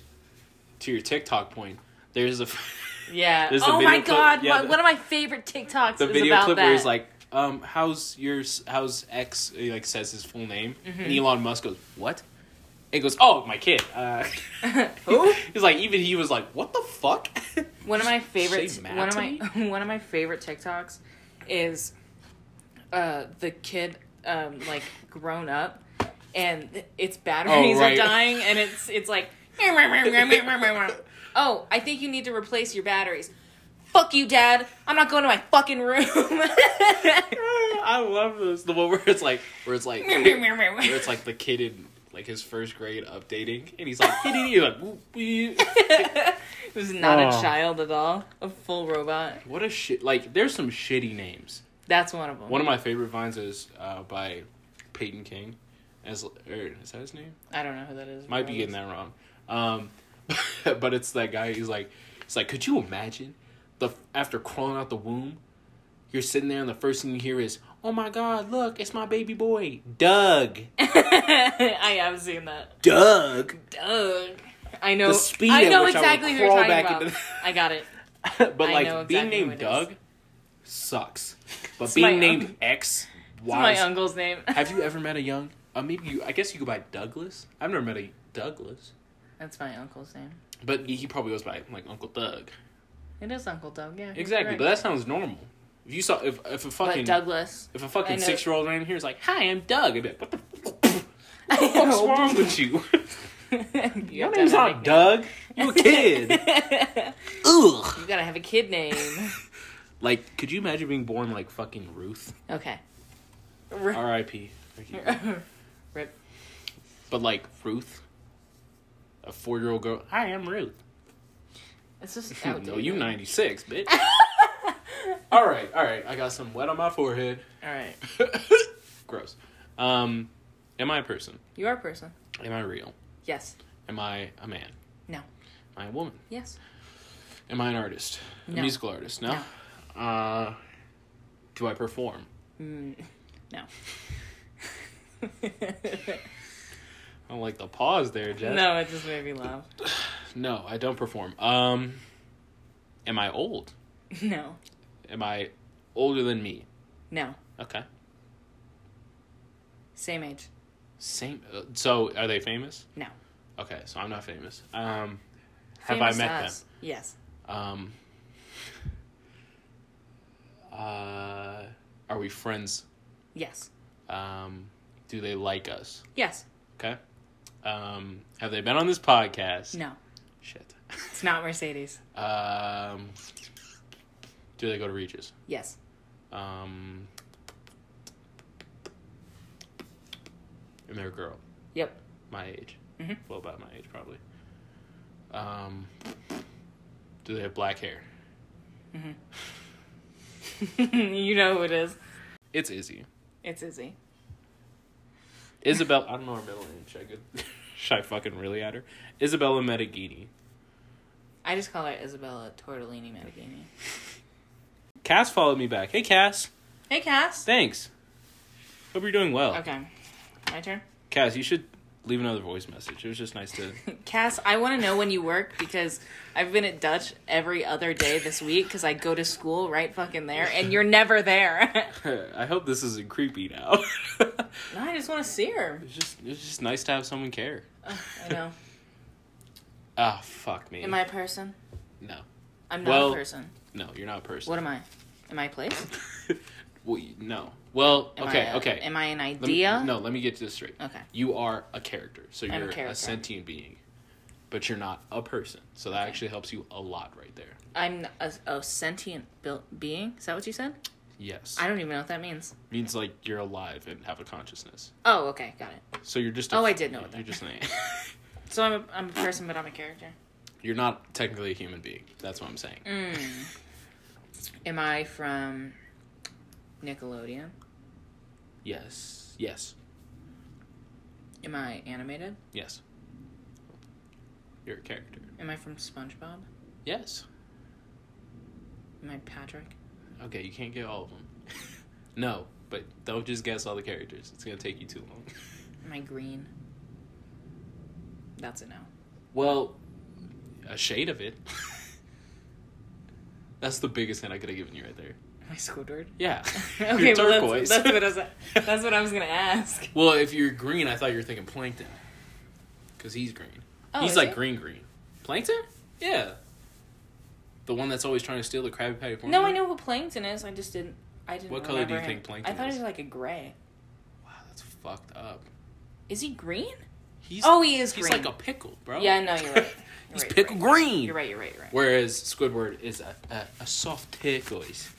to your TikTok point, there's a
yeah.
there's a
Oh my
video clip-
god!
yeah,
one,
the-
one of my favorite TikToks
the
is
video
about
clip
that.
where he's like, um, "How's your how's X he, like says his full name?" And
Mm-hmm.
Elon Musk goes, "What?" It goes, "Oh, my kid." Uh,
Who?
He's like, even he was like, "What the fuck?"
one of my favorite
Say Matt
one of
to
my one of my favorite TikToks is uh the kid um like grown up and its batteries
Oh, right.
are dying and it's it's like oh I think you need to replace your batteries fuck you dad I'm not going to my fucking room
I love this. The one where it's like, where it's like, where it's like the kid in like his first grade updating, and he's like, he's like, "Whoop, whoop."
it was not
Oh.
a child at all a full robot
What a shit! Like, there's some shitty names.
that's one of them
One of my favorite vines is uh, by Peyton King. As or is that his name?
I don't know who that is
Might be getting that wrong. Um, but it's that guy. He's like, it's like, could you imagine the after crawling out the womb, you're sitting there and the first thing you hear is, "Oh my God, look, it's my baby boy, Doug,
I have seen that
Doug."
Doug. I know.
The speed
I
at
know
which I would
exactly who you're
crawl
talking
back
about.
into the-
I got it.
but
I
like
know
being
exactly who
named
it
Doug sucks. But
It's my
being
un-
named X,
It's
Y,
my
Z-
uncle's name.
Have you ever met a young? Uh, maybe you. I guess you go by Douglas. I've never met a Douglas,
That's my uncle's name.
but he he probably goes by like Uncle Doug.
It is Uncle Doug. Yeah. you're
Exactly,
correct.
but that sounds normal. If you saw if if a
But
fucking
Douglas.
if a
I
fucking
know.
six year old ran here is like, "Hi, I'm Doug," I'd be like, "What the
I
fuck's
know.
wrong with you?
You
Your
have to have
name's not Doug. You a kid.
nickname.
Ugh.
you gotta have a kid name.
Like, could you imagine being born like fucking Ruth?
Okay. Rip.
R.I.P. Ricky.
Rip.
But like Ruth, a four year old girl. Hi, I'm Ruth.
It's just outdated.
no, you ninety six, bitch. all right, all right. I got some wet on my forehead.
All right.
Gross. Um, am I a person?
You are a person.
Am I real?
Yes.
Am I a man?
No.
Am I a woman?
Yes.
Am I an artist? A
No.
musical artist? No. Uh, do I perform?
Mm. No.
I don't like the pause there, Jess.
no, it just made me laugh.
No, I don't perform. Um, am I old?
No.
Am I older than me?
No.
Okay.
Same age.
Same. uh, So, are they famous?
No.
Okay, so I'm not famous. Um, have
Famous
I
to
met
us. Yes.
them? Um, uh, are we friends?
Yes.
Um, do they like us?
Yes.
Okay. Um, have they been on this podcast?
No.
Shit.
It's not Mercedes.
Um, do they go to Regis?
Yes.
Um, and they're a girl,
Yep.
my age.
Mhm.
Well, about my age, probably. Um, Do they have black hair?
Mm-hmm. you know who it is.
It's Izzy.
It's Izzy.
Isabel. I don't know her middle name. Should I, go, should I fucking really at her? Isabella Medigini.
I just call her Isabella Tortellini Medigini.
Cass followed me back. Hey, Cass.
Hey, Cass.
Thanks. Hope you're doing well.
Okay, my turn.
Cass, you should leave another voice message. It was just nice to.
Cass, I want to know when you work because I've been at Dutch every other day this week because I go to school right fucking there and you're never there.
I hope this isn't creepy now. it's
no, I just want to see her.
just it's just nice to have someone care.
Ugh, I know.
Ah, fuck me.
Am I a person?
No,
I'm not
Well-
a person.
no, you're not a person.
What am I? Am I a place?
well, you- no. Well,
Am
okay,
I a-
okay.
Am I an
Let me-
idea?
no, let me get this straight.
Okay.
You are a character, so
I'm a
you're a,
character.
sentient being, but you're not a person. So that actually helps you a lot right there.
I'm a, a sentient built being. Is that what you said?
Yes,
I don't even know what that means.
means like you're alive and have a consciousness.
Oh, okay, got it.
So you're just. A,
Oh, I did know what
You're
that-
just an.
So I'm a, I'm a person, but I'm a character.
You're not technically a human being. That's what I'm saying.
Mm. Am I from Nickelodeon?
Yes. Yes.
Am I animated?
Yes. You're a character.
Am I from SpongeBob?
Yes.
Am I Patrick?
Okay, you can't get all of them. no, but don't just guess all the characters. It's gonna take you too long.
Am I green? That's a no.
Well, a shade of it. That's the biggest hint I could have given you right there.
Am I Squidward?
Yeah.
Okay,
you're
well, that's-
turquoise.
That's, what I was, that's what I was gonna ask.
well, if you're green, I thought you were thinking plankton. Because he's green.
Oh,
he's
is
like
he?
green green. Plankton? Yeah. The one that's always trying to steal the Krabby
No,
Patty
I
formula?
know who Plankton is. I just didn't. I didn't.
What color do you
remember
think
him.
Plankton
I thought
is?
he was like a gray.
Wow, that's fucked up.
Is he green?
He's
Oh, he is
he's
green.
like a pickle, bro.
Yeah, no, you're right. You're
he's
right,
pickle
you're
green.
You're right. You're right. You're right.
Whereas Squidward is a, a, a soft turquoise.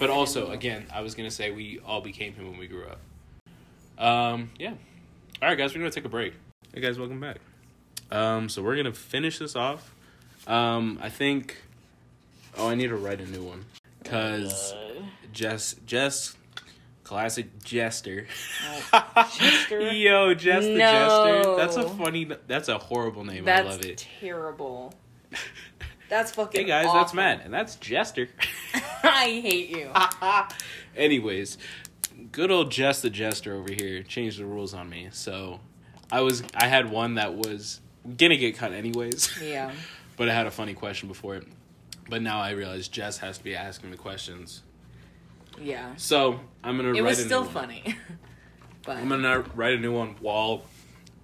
But also,
know.
again, I was gonna say we all became him when we grew up. Um, yeah. All right, guys, we're gonna take a break. Hey guys, welcome back. Um, so we're gonna finish this off. Um, I think. Oh, I need to write a new one because Jess, Jess, classic jester.
Jester?
Yo, Jess the jester. That's a
No.
funny. That's a horrible name.
that's
I love it.
terrible. That's fucking.
Hey guys, that's
awful.
Matt, Ah. and that's Jester.
I hate you.
Anyways, good old Jess the Jester over here changed the rules on me. So I was I had one that was gonna get cut anyways.
Yeah.
but I had a funny question before it. But now I realize Jess has to be asking the questions.
Yeah.
So I'm gonna
It
write
was
a new
still
one.
funny. but
I'm gonna write a new one while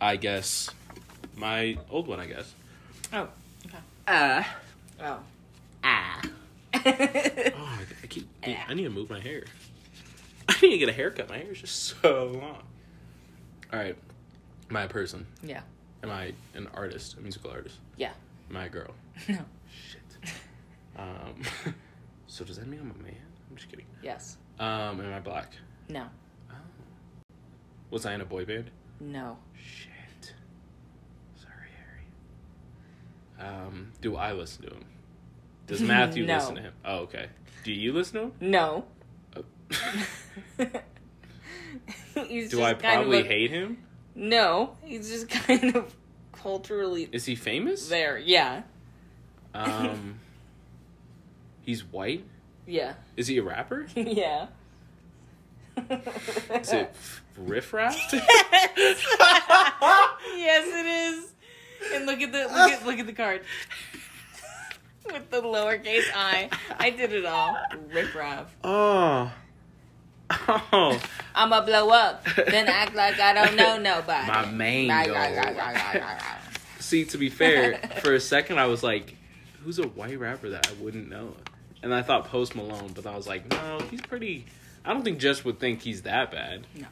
I guess my old one I guess.
oh, okay.
Uh.
Oh.
Ah.
Oh I, I keep I need to move my hair. I need to get a haircut. My hair is just so long. Alright. My person.
yeah.
Am I an artist, a musical artist?
Yeah.
Am I a girl?
No.
Shit. Um, so does that mean I'm a man? I'm just kidding.
Yes.
Um, am I black?
No.
Oh. Was I in a boy band?
No.
Shit. Sorry, Harry. Um, do I listen to him? Does Matthew
No.
listen to him? Oh, okay. Do you listen to him?
No.
Oh.
he's
do I
just kind of
probably
a-
hate him?
No, he's just kind of culturally
Is he famous?
there. Yeah.
Um, he's white.
Yeah.
Is he a rapper?
yeah.
Is it riff raff?
yes, it is. And look at the look at look at the card with the lowercase i. I did it all. Rip raff.
Oh. Oh.
I'ma blow up, then act like I don't know nobody.
My main
Rah,
goal.
rah, rah, rah, rah, rah, rah.
See, to be fair, for a second I was like, who's a white rapper that I wouldn't know? And I thought Post Malone, but I was like, no, he's pretty. I don't think Jess would think he's that bad.
No.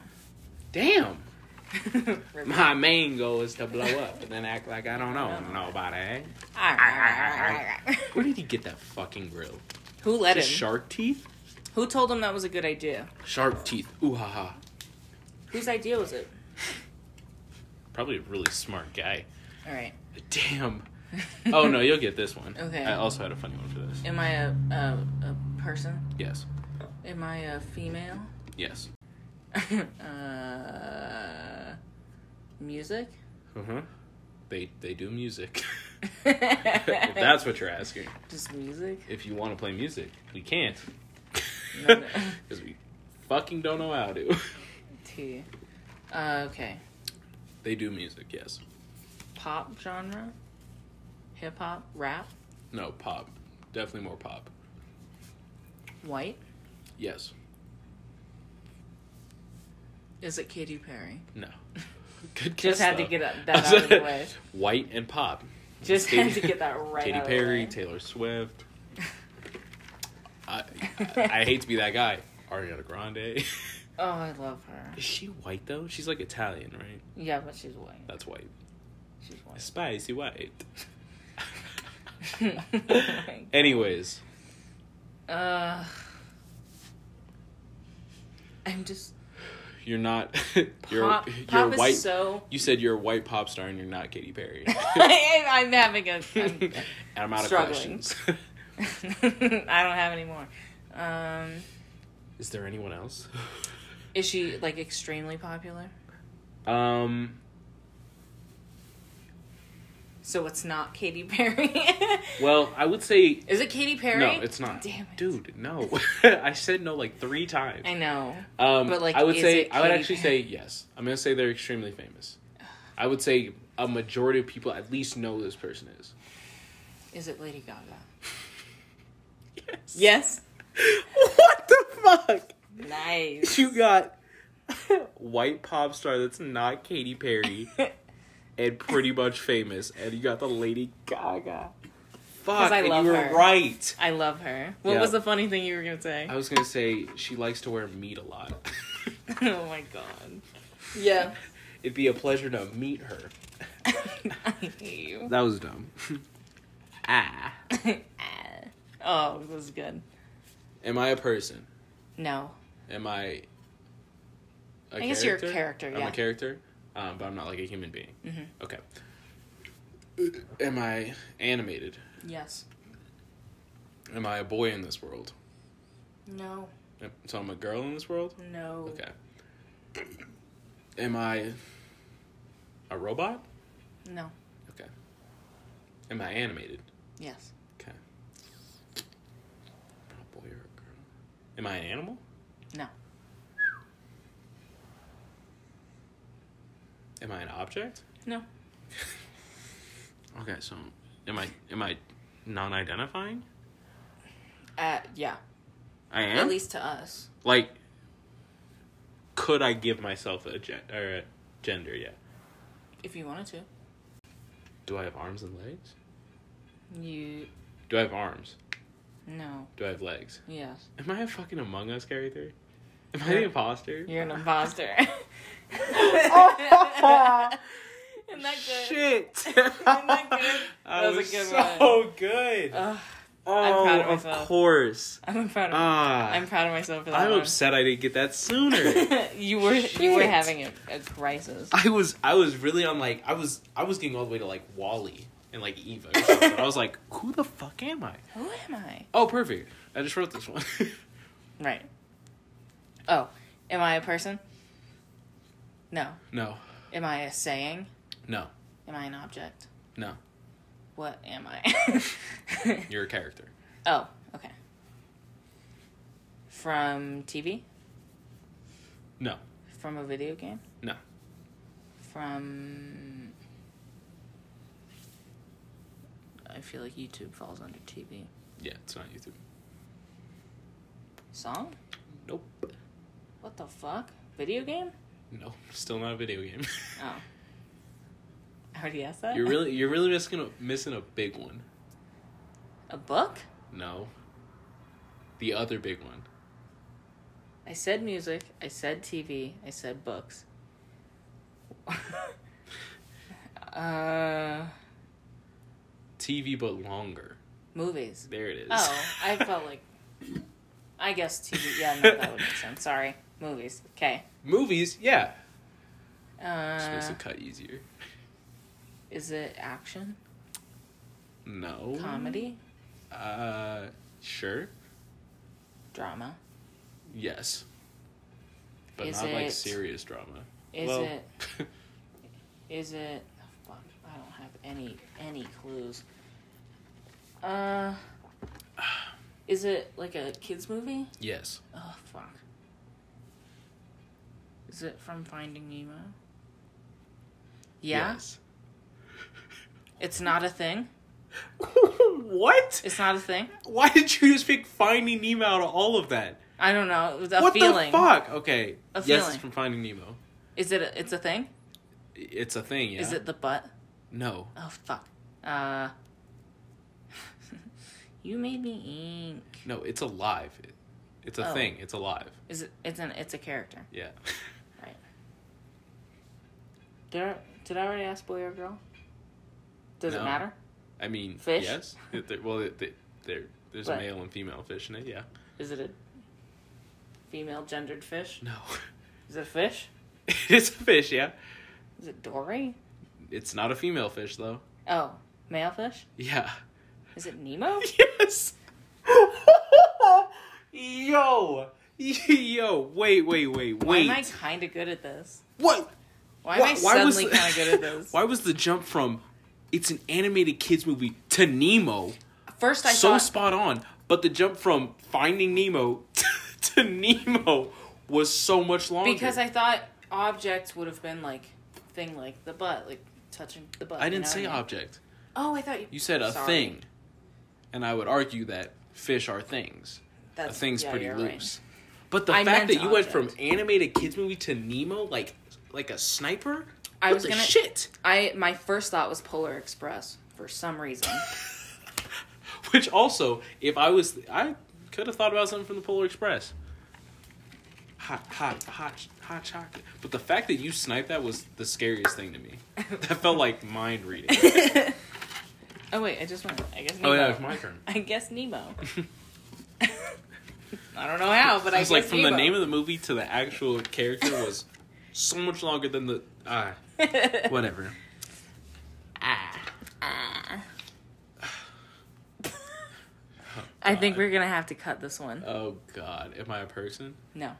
Damn.
Rip raff.
My main goal is to blow up and then act like I don't know nobody. eh?
Ah, rah, rah, rah, rah, rah.
Where did he get that fucking grill?
Who let him?
His shark teeth?
Who told him that was a good idea?
Shark teeth. Ooh ha ha.
Whose idea was it?
Probably a really smart guy.
All right.
Damn. Oh no, you'll get this one.
Okay.
I also had a funny one for this.
Am I a, a, a person?
Yes.
Am I a female?
Yes.
uh, music?
Uh huh. They they do music. if that's what you're asking.
Just music?
If you want to play music, we can't.
No, no.
Because we fucking don't know how to.
T. Uh, okay.
they do music, yes.
Pop genre? Hip hop? Rap?
No, pop. Definitely more pop.
White?
Yes.
Is it Katy Perry?
No. Good guess.
Just had to
though.
get that that out of the way.
White and pop.
Just had to get that right
Katy
out
Perry,
of the way.
Taylor Swift. I, I hate to be that guy. Ariana Grande.
Oh, I love her.
Is she white though? She's like Italian, right?
Yeah, but she's white.
That's white.
She's white.
Spicy white.
God.
Anyways,
Uh, I'm just
you're not. You're
pop.
you're
pop is
white.
so.
you said you're a white pop star and you're not Katy Perry.
I'm having a. I'm,
and I'm out
Struggling.
of questions.
I don't have any more. Um,
Is there anyone else?
is she like extremely popular?
Um,
So it's not Katy Perry.
well, I would say
is it Katy Perry?
no. It's not.
Damn it.
dude. No, I said no like three times.
I know.
Um,
But, like,
I would
is
say,
it
I would
Katy
actually
Perry?
say yes. I'm gonna say they're extremely famous. I would say a majority of people at least know who this person is.
Is it Lady Gaga?
Yes.
Yes.
What the fuck?
Nice.
You got white pop star that's not Katy Perry and pretty much famous, and you got the Lady Gaga. Fuck,
I
and
love
you were
her.
right.
I love her. What
Yeah.
was the funny thing you were gonna say?
I was gonna say she likes to wear meat a lot.
oh my god. Yeah.
It'd be a pleasure to meet her.
I hate you.
That was dumb. ah.
oh, it was good.
Am I a person?
No.
Am I? a
I guess you're a character,
I'm
yeah. Mm-hmm.
a character, um, but I'm not like a human being. Okay. Uh, Am I animated?
Yes.
Am I a boy in this world?
No.
Am- So I'm a girl in this world.
No.
Okay. Am I a robot?
No.
Okay. Am I animated?
Yes.
Okay. I'm not a boy or a girl. Am I an animal?
No.
Am I an object?
No.
Okay, so am I am I non-identifying?
Uh, yeah.
I am.
At least to us.
like could I give myself a, gen- or a gender yet?
If you wanted to.
Do I have arms and legs?
You.
Do I have arms?
No.
Do I have legs?
Yes.
Am I a fucking Among Us character? Am I
You're-
the imposter?
You're an imposter. Isn't that good?
Shit!
Isn't that good?
I
That was a good
so good.
Ugh,
oh,
proud of
of,
myself.
course.
I'm proud of.
Ah,
I'm
I'm,
proud of myself for that. one.
upset I didn't get that sooner.
you were you were
Shit.
having a, a crisis.
I was I was really on like I was I was getting all the way to like Wally and like Eva. Or something. I was like, who the fuck am I?
Who am I?
Oh, perfect. I just wrote this one.
Right. Oh, am I a person? No.
no,
Am I a saying?
no,
Am I an object?
no.
What am I?
You're a character.
oh, okay. From TV?
No,
From a video game?
no.
From. I feel like YouTube falls under TV.
Yeah, it's not YouTube.
Song?
Nope.
What the fuck? Video game?
Nope. Still not a video game.
Oh. I already asked that?
you're really you're really missing a, missing a big one.
A book?
No. The other big one.
I said music. I said TV. I said books. uh,
TV but longer.
movies.
There it is.
Oh, I felt like. I guess TV. Yeah, no, that would make sense. Sorry, movies. Okay.
Movies, yeah. Just
Uh,
makes the cut easier.
is it action?
No.
Comedy?
Uh, sure.
Drama?
Yes. But
Is
not like
it-
serious drama.
Is
well,
it Is it? oh, fuck, I don't have any any clues. Uh, is it like a kids movie?
yes.
Oh fuck. Is it from Finding Nemo? Yeah,
Yes.
it's not a thing.
what?
It's not a thing.
Why did you just pick Finding Nemo out of all of that?
I don't know. It was A
what
feeling.
the fuck? Okay.
A
yes, it's
feeling.
from Finding Nemo.
Is it? A, it's a thing.
It's a thing. Yeah.
Is it the butt?
No.
Oh fuck. Uh, you made me ink.
No. It's alive. It- It's a
Oh.
thing. It's alive.
Is it? It's an. It's a character.
Yeah.
Right. Did I, did I already ask boy or girl? Does
No.
it matter?
I mean,
Fish?
yes. It- there- well, it- there- there there's
What?
a male and female fish in it. Yeah.
Is it a female gendered fish?
No.
Is it a fish?
it's a fish. Yeah.
Is it Dory?
It's not a female fish though.
Oh, male fish?
Yeah.
Is it Nemo?
Yes. Yo. Yo. Wait. Wait. Wait.
Why
Wait.
am I kind of good at this?
What?
Why am I suddenly kind of good at this?
Why was the jump from it's an animated kids movie to Nemo
First, I
so
thought
spot on, but the jump from Finding Nemo to, Nemo was so much longer.
because I thought objects would have been like thing like the butt, like touching the butt.
I
you
didn't
know
say
what I mean?
object.
Oh, I thought you.
You said a
Sorry.
thing, and I would argue that fish are things. A
That's,
thing's
yeah,
pretty
you're
loose.
right.
But the
I
fact
meant
that you went from
object.
animated kids movie to Nemo, like like a sniper.
I
What
was
the
gonna-
shit.
I my first thought was Polar Express for some reason.
Which also, if I was, I could have thought about something from the Polar Express. Hot, hot, hot, hot chocolate. But the fact that you sniped that was the scariest thing to me. That felt like mind reading.
oh wait, I just went. I guess. Nemo.
oh yeah, it's my turn.
I guess Nemo. I don't know how, but I,
I was like,
guess
from
Nemo.
the name of the movie to the actual character was so much longer than the ah, whatever.
ah. Ah. I think we're gonna have to cut this one.
Oh God, am I a person?
No,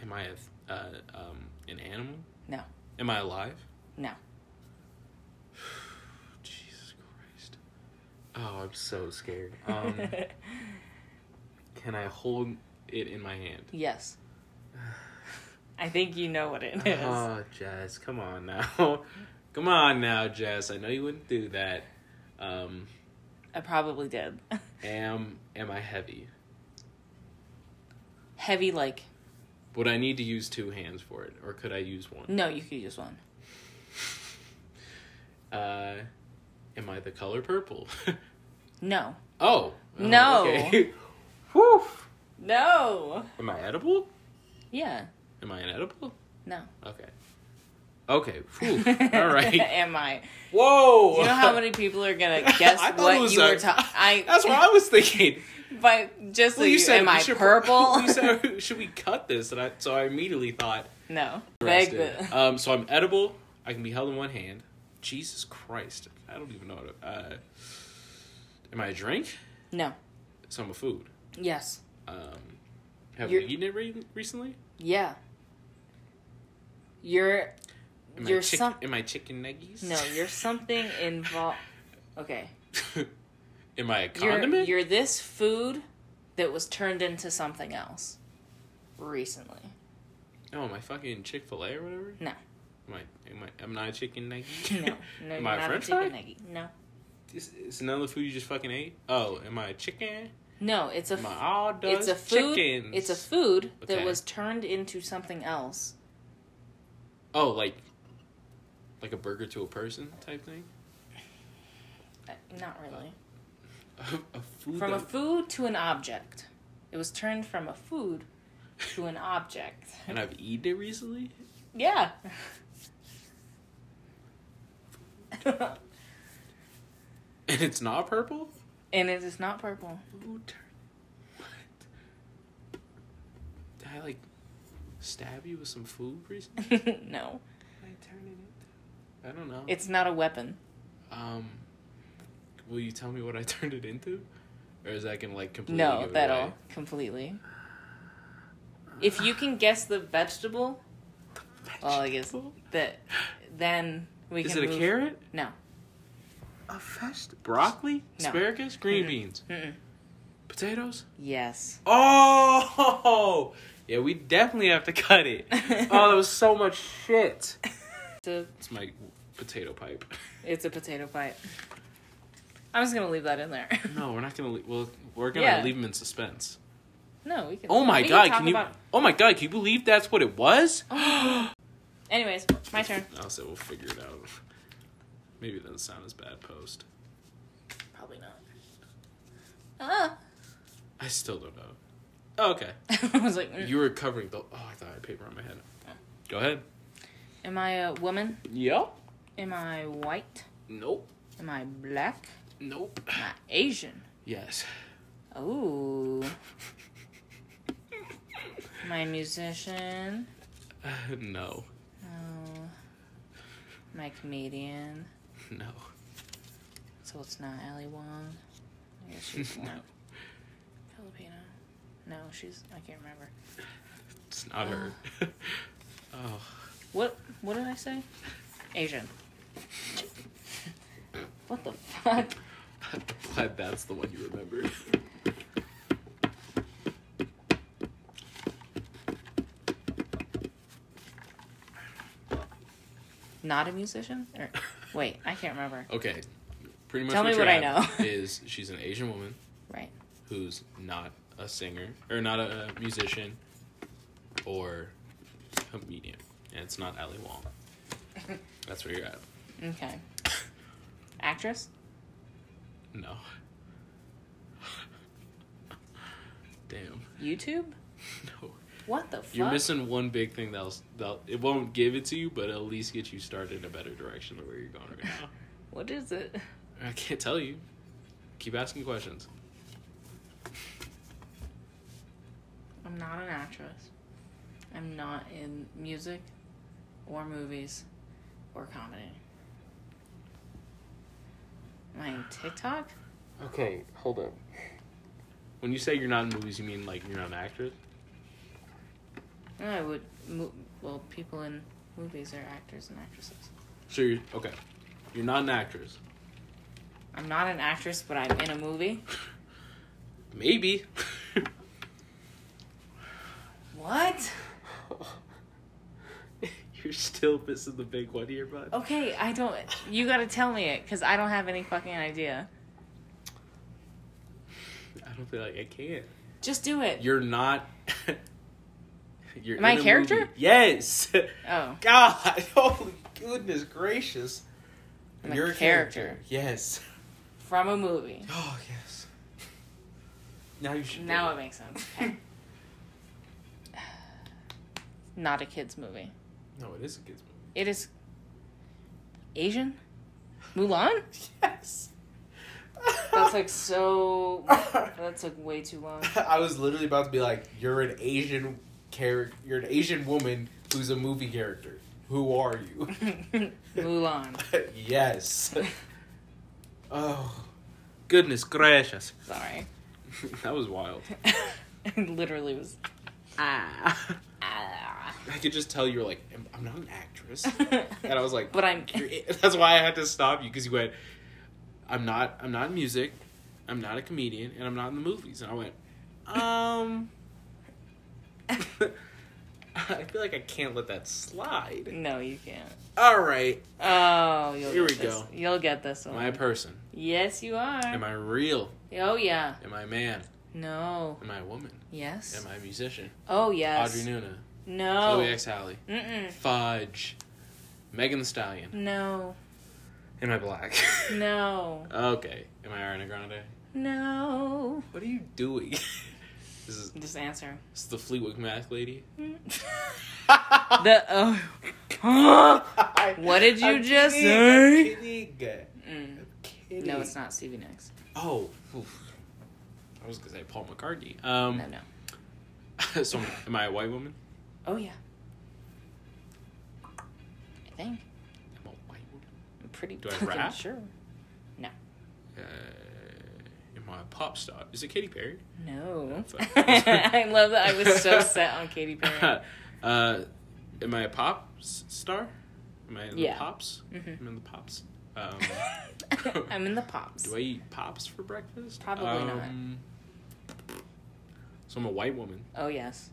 Am I a uh, um an animal?
no,
Am I alive?
no.
Jesus Christ. Oh, I'm so scared. Um, can I hold it in my hand?
yes. I think you know what it is.
Oh, Jess, come on now. come on now, Jess. I know you wouldn't do that. Um,
I probably did.
am am I heavy?
Heavy, like
Would I need to use two hands for it, or could I use one?
no, you could use one.
Uh, am I the color purple?
No,
oh, oh,
No.
Okay. Whew.
no.
Am I edible?
Yeah,
Am I an edible?
no.
Okay. Okay. Whew. All right.
Am I?
Whoa.
You know how many people are gonna guess
I thought it
what
was
you
a-
were talking? I
That's what I was thinking.
But just so you, am
we
I
should-
purple?
you said, should we cut this? And I, so I immediately thought.
no. Beg
interested.
the.
Um, so I'm edible. I can be held in one hand. Jesus Christ! I don't even know what. To, uh, am I a drink?
No.
So I'm a food.
Yes.
Um, have
You're-
we eaten it re- recently?
Yeah. You're.
Am I
You're
chick-
some-
Am I chicken nuggies?
No, you're something involved. Okay.
am I a
You're,
condiment?
you're this food that was turned into something else recently.
No, am I Oh, fucking Chick Fil A or whatever?
No.
Am I? Am I? Am I a chicken nugget?
No. No,
am
you're
I a
not a
French
chicken
fry?
nugget. No.
It's, it's another food you just fucking ate. Oh, am I a chicken?
No, it's a.
Am I
f-
all
It's a
does
food.
chickens?
It's a food
Okay.
that was turned into something else.
Oh, like like a burger to a person type thing.
Uh, Not really.
A, food.
From a
that-
food to an object. It was turned from a food to an object.
and I've eaten it recently.
Yeah.
And it's not purple.
and it is not purple.
Food. Turn. What? Did I like stab you with some food recently?
no.
Did I turn it into. I don't know.
It's not a weapon.
Um, Will you tell me what I turned it into, or is that gonna like completely?
No,
give it
that'll
away?
completely. If you can guess the vegetable, well, I guess
Vegetable?
that then we
Is
can.
it a
move-
carrot?
No.
A fest.
Broccoli?
No.
Asparagus? Green beans?
Mm-mm.
Potatoes?
Yes.
Oh! Yeah, we definitely have to cut it. oh, that was so much shit.
It's a,
It's my potato pipe.
it's a potato pipe. I'm just gonna leave that in there.
No, we're not gonna. leave well, we're gonna
Yeah.
leave him in suspense.
no, we can.
Oh my
we
god!
talk
Can you?
about-
Oh my god! Can you believe that's what it was?
Anyways, my turn.
I'll say we'll figure it out. Maybe it doesn't sound as bad post.
Probably not. Ah.
I still don't know. Oh, okay.
I was like, mm.
You were covering the. Oh, I thought I had paper on my head. Go ahead.
am I a woman?
Yep.
Am I white?
Nope.
Am I black?
Nope.
Am I Asian?
Yes.
Oh. Am I a musician?
no.
Oh. Am I a comedian?
No.
So it's not Ali Wong. I guess she's
no.
not Filipino. No, she's I can't remember.
It's not her. oh.
What what did I say? Asian. what the fuck?
I'm glad that's the one you remember.
Not a musician? Or, wait, I can't remember.
Okay. Pretty much
Tell me
you
what I
have
know.
is she's an Asian woman
Right.
who's not a singer or not a a musician or comedian. And it's not Ali Wong. That's where you're at.
Okay. Actress?
No. Damn.
YouTube?
No.
What the fuck?
You're missing one big thing that'll, that'll it won't give it to you, but it'll at least get you started in a better direction than where you're going right now.
What is it?
I can't tell you. Keep asking questions.
I'm not an actress. I'm not in music or movies or comedy. Am I in TikTok?
Okay, hold on.
When you say you're not in movies, you mean like you're not an actress?
No, I would. Mo- well, people in movies are actors and actresses.
So you're okay. You're not an actress.
I'm not an actress, but I'm in a movie.
Maybe.
What?
you're still missing the big one here, bud.
Okay, I don't. You gotta tell me it, because I don't have any fucking idea.
I don't feel like I can.
Just do it.
You're not. you're
Am I
in
a character?
movie. Yes.
oh,
God, holy goodness gracious.
I'm a
You're
character.
Yes.
from a movie.
Oh yes. Now you should.
Now it
do
makes sense. Okay. Not a kids movie.
No, it is a kids movie.
It is Asian. Mulan?
Yes.
That's like so. That took way too long.
I was literally about to be like, "You're an Asian character. You're an Asian woman who's a movie character. Who are you?"
Mulan.
yes. oh, goodness gracious.
Sorry.
that was wild.
it literally was.
Ah.
"Ah."
I could just tell you were like, "I'm- "I'm not an actress," and
but
I was like,
I'm.
You're- that's why I had to stop you because you went. I'm not. I'm not in music. I'm not a comedian, and I'm not in the movies. And I went. Um. I feel like I can't let that slide.
No, you can't.
All right.
Oh, you'll
Here
get
we
this.
go.
You'll get this one.
Am I a person?
yes, you are.
Am I real?
Oh yeah.
Am I a man?
No.
Am I a woman?
Yes.
Am I a musician?
Oh yes. Oh.
Audrey Nuna.
No.
Chloe X Alley.
Mm-mm.
Fudge. Megan the Stallion.
No.
Am I black?
No.
okay. Am I Ariana Grande?
No.
What are you doing? this is
Just answer.
It's the Fleetwood Mac lady.
the oh. What did you just say? Mm. No, it's not Stevie Nicks.
Oh, oof. I was gonna say Paul McCartney. Um,
No, no.
so am I a white woman?
Oh yeah. I think
I'm a white woman.
I'm pretty
Do I
fucking
rap?
sure.
Uh, am I a pop star? Is it Katy Perry?
No.
That's fine.
I love that I was so set on Katy Perry.
uh, am I a pop s- star? Am I in
Yeah.
the pops?
Mhm.
I'm in the pops. Um,
I'm in the pops.
do I eat pops for breakfast? Um,
Probably not.
So I'm a white woman
Oh yes.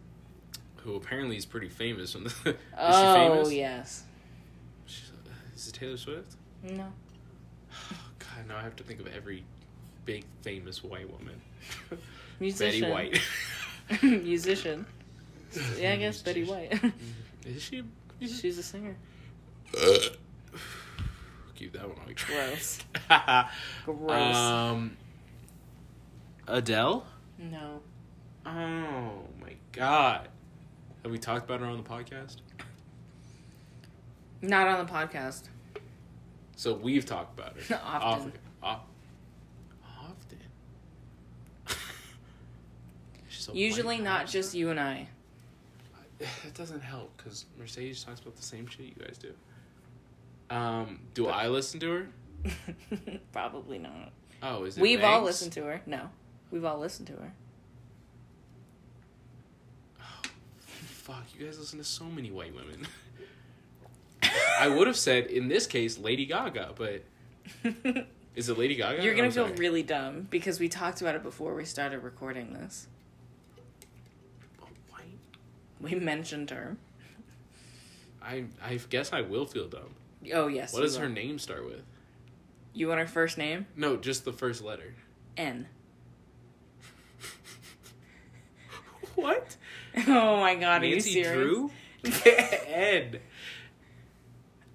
who apparently is pretty famous. On the, is
oh
she famous?
yes.
She's- uh, is it Taylor Swift?
No.
Oh, God, now I have to think of every big famous white woman.
Musician.
Betty White.
Musician. Yeah, I guess Betty White.
Is she? Is
She's a singer.
Keep that one on.
Gross. Gross.
um, Adele.
no.
Oh my God. Have we talked about her on the podcast?
Not on the podcast.
So we've talked about it
Often.
Often. Often. She's a white
Usually not
mouse.
just you and I.
That doesn't help because Mercedes talks about the same shit you guys do. Um, do I listen to her?
Probably not.
Oh, is it?
We've all
Megs?
listened to her. No. We've all listened to her.
Fuck, you guys listen to so many white women. I would have said in this case Lady Gaga, but is it Lady Gaga?
You're gonna
I'm
feel
sorry.
really dumb because we talked about it before we started recording this.
Oh, white.
We mentioned her.
I I guess I will feel dumb.
Oh yes.
What
you
does her
will.
name start with?
You want her first name?
No, just the first letter.
N.
What?
Oh my god, are you
Nancy
serious?
Drew? Ed.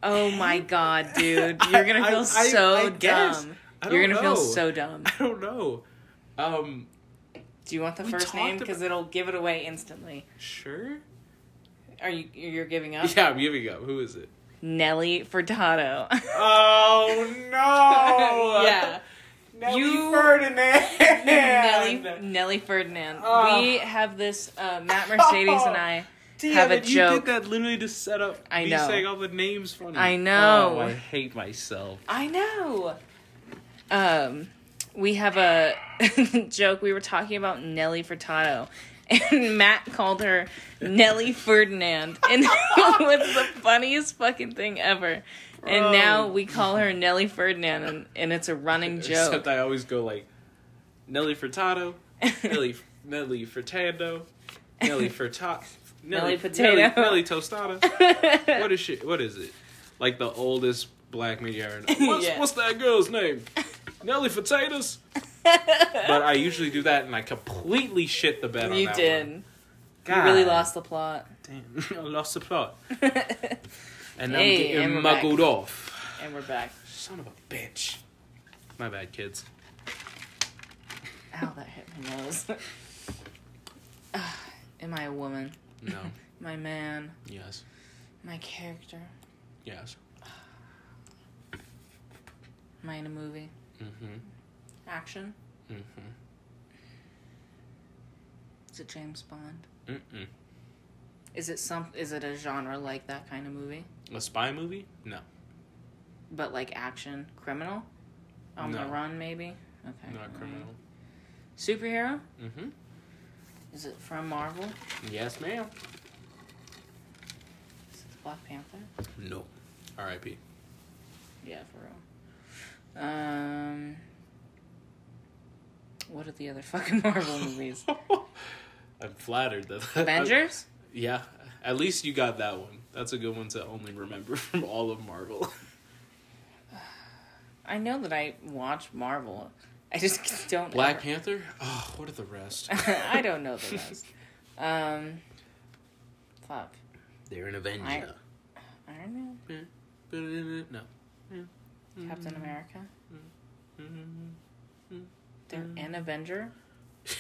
Oh my god, dude. You're gonna
I-
feel
I-
so
I
dumb.
guess. I
You're
don't
gonna feel
know.
so dumb.
I don't know. Um,
Do you want the
We
first
talked
name? Because
about-
it'll give it away instantly.
sure.
Are you you're giving up?
Yeah, I'm giving up. Who is it?
Nelly Furtado.
Oh no!
yeah.
Nelly
You-
Ferdinand.
Nelly Nelly Ferdinand.
Oh.
We have this uh, Matt Mercedes and I have a
it, You
joke.
did that literally to set up
I
me
know.
saying all the names funny.
I know.
Oh, I hate myself.
I know. Um, we have a joke. We were talking about Nelly Furtado, and Matt called her Nelly Ferdinand, and it was the funniest fucking thing ever. And
Bro.
now we call her Nelly Ferdinand, and, and it's a running joke.
Except I always go like Nelly Furtado, Nelly Nelly Furtado, Nelly Furtado,
Nelly Potato.
Nelly, Nelly Tostada. what is she? What is it? Like the oldest black media. ever- What's,
Yeah.
what's that girl's name? Nelly Potatoes. But I usually do that, and I completely shit the bed. on
you
that
did.
One.
You really
God
lost the plot.
Damn, I lost the plot,
and
and
Hey, and
I'm
we're
getting
back.
muggled off.
we're back.
Son of a bitch. My bad, kids.
Ow, that hit my nose. Ah, am I a woman?
No.
My man?
yes.
My character?
Yes.
Am I in a movie?
Mm-hmm.
Action?
Mm-hmm.
Is it James Bond?
Mm-mm.
Is it some? Is it a genre like that kind of movie,
A spy movie? No.
but like action, criminal, on the
No.
run maybe? Okay.
Not
um,
criminal.
Superhero?
Mm-hmm.
Is it from Marvel?
Yes, ma'am.
Is it the Black Panther?
No. R.I.P.
Yeah, for real. Um. What are the other fucking Marvel movies?
I'm flattered that
Avengers?
yeah, at least you got that one. That's a good one to only remember from all of Marvel.
I know that I watch Marvel. I just don't.
Black Panther. Oh, what are the rest?
ever- I don't know the rest. Um. Fuck.
They're an Avenger.
Iron Man.
No. Mm-hmm.
Captain America.
Mhm.
They're
Mm-hmm.
an Avenger.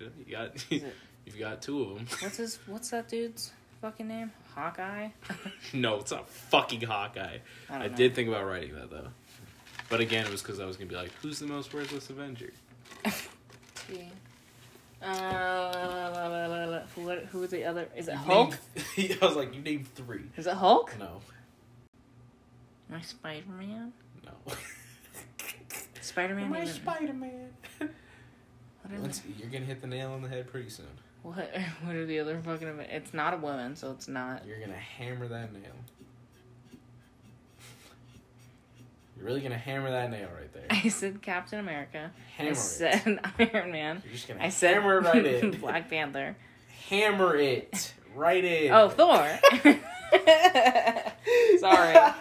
You got.
Is it-
You've got two of them.
What's his? What's that dude's fucking name? Hawkeye.
No, it's not fucking Hawkeye.
I,
I,
don't know.
did think about writing that though, but again, it was because I was gonna be like, "Who's the most worthless Avenger?"
T. Uh, la, la, la, la, la. Who- Uh, What? Who was the other? Is it Hulk?
I was like, "You named three.
Is it Hulk?
No,
My Spider Man.
no.
Spider Man.
My Spider Man.
What, are the-
You're gonna hit the nail on the head pretty soon.
what, what are the other fucking? event- It's not a woman, so it's not.
You're gonna hammer that nail. You're really gonna hammer that nail right there.
I said Captain America.
Hammer
I
it.
said Iron Man.
You're just gonna
I said
hammer it right in.
Black Panther.
Hammer it right in.
Oh, Thor. Sorry.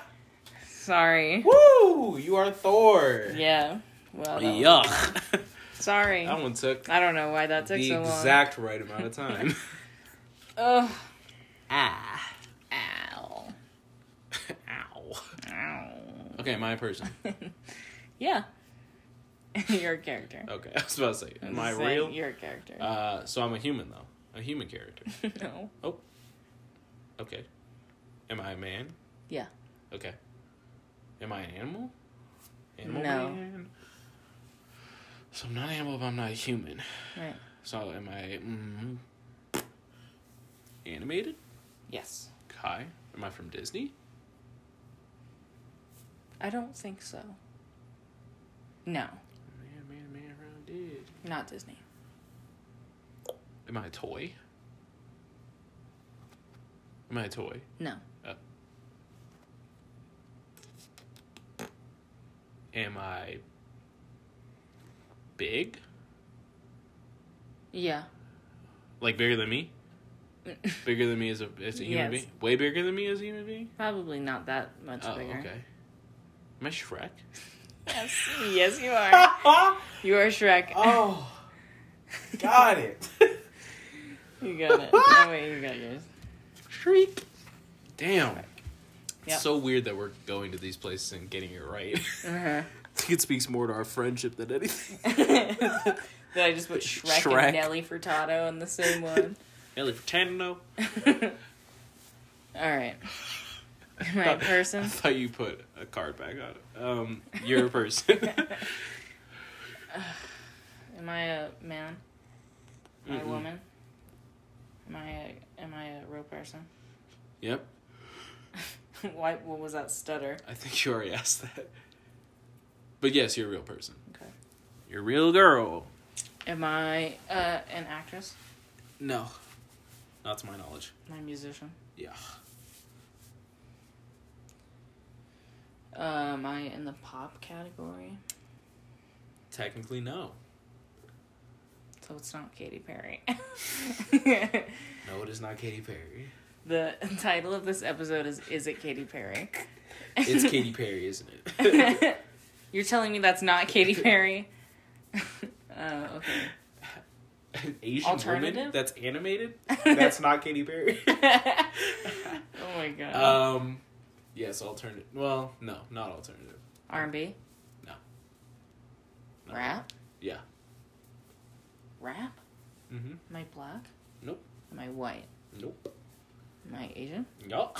Sorry.
Woo! You are Thor.
Yeah. Well. that-
Yuck.
Sorry.
that one took
I don't know why that took
the
so long.
exact right amount of time.
Ugh.
ah.
Ow.
Ow.
Ow.
Okay, my person.
yeah. you're a character.
Okay, I was about to say
I was
my
saying,
real.
You're a character.
Uh, so I'm a human though, a human character. Oh.
no.
Okay. Am I a man?
Yeah.
Okay. Am I an animal? Animal
No.
man. So I'm not an animal, but I'm not a human.
Right.
So am I mm, animated?
Yes.
Kai? Am I from Disney?
I don't think so. No,
Man, man, man, around Disney.
not Disney.
Am I a toy? Am I a toy?
No.
Uh, Am I big?
Yeah.
Like bigger than me? Bigger than me as a as a
Yes.
human being? Way bigger than me as a human being?
Probably not that much
oh,
bigger.
okay. Am I Shrek?
Yes. yes, you are. You are Shrek.
oh, got it.
you got it. Oh, wait, you got yours.
Shriek. Damn. It's
Yep.
so weird that we're going to these places and getting it right.
Uh-huh.
I think it speaks more to our friendship than anything.
Did I just put Shrek,
Shrek.
and Nelly Furtado in the same one?
Ellie Furtado.
All right. My
I
person.
thought you put a card back on it. Um, you're a person.
Am I a man? Am I a
Mm-mm.
woman? Am I a, am I a real person?
Yep.
Why? What was that stutter?
I think you already asked that. But yes, you're a real person.
Okay.
You're a real girl.
Am I uh, an actress?
No. Not to my knowledge.
Am I a musician?
Yeah.
Uh, am I in the pop category?
Technically, no.
So it's not Katy Perry.
No, it is not Katy Perry.
the title of this episode is "Is It Katy Perry?"
It's Katy Perry, isn't it?
Perry. You're telling me that's not Katy Perry? uh,
An Asian woman
Alternative?
that's animated?
okay.
That's not Katy Perry.
oh my god.
um, yes, alternative. Well, no, not alternative.
R&B,
No.
rap,
Yeah.
rap.
Mm-hmm.
Am I black?
Nope.
Am I white?
Nope.
Am I Asian?
Yup.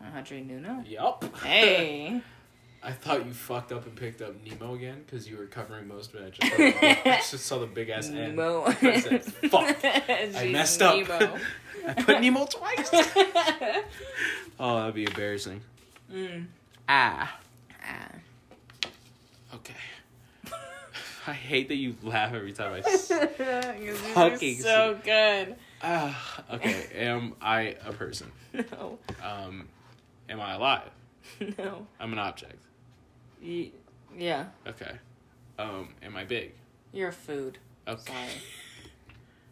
Am I Hadri Nuno?
Yup.
Hey.
I thought you fucked up and picked up Nemo again because you were covering most of it. I just saw the, I just saw the big ass N.
Nemo.
I said, "Fuck, I
She's
messed up.
Nemo.
I put Nemo twice. oh, that'd be embarrassing.
Mm.
Ah.
Ah.
Okay. I hate that you laugh every time I. s- Fucking
Fucking so good.
Ah. Okay. Am I a person?
No,
Um, am I alive?
no.
I'm an object.
Y- yeah,
Okay. Um, am I big?
you're a food.
Okay.
Sorry.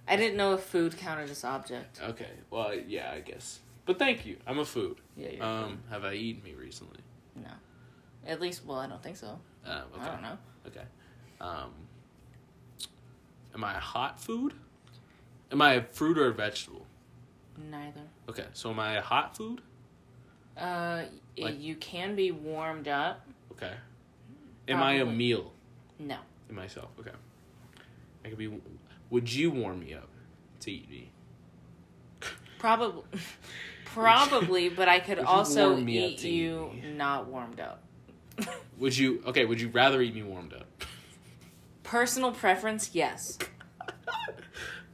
I didn't know if food counted as object.
Okay. Well, yeah, I guess. But thank you. I'm a food.
Yeah, you're a
Um, have I eaten me recently?
food. No. At least, well, I don't think so.
Uh,
I
okay.
don't know.
Okay. Um, am I a hot food? Am I a fruit or a vegetable?
Neither.
Okay, so am I a hot food?
Uh, y
Like-
you can be warmed up.
Okay. Am I a
Probably.
meal
No.
in myself? Okay. I could be. Would you warm me up to eat me?
Probably, probably, but I could
Would you
also
warm me up
eat
to
you
eat me?
not warmed up.
Would you? Okay. Would you rather eat me warmed up?
Personal preference, yes,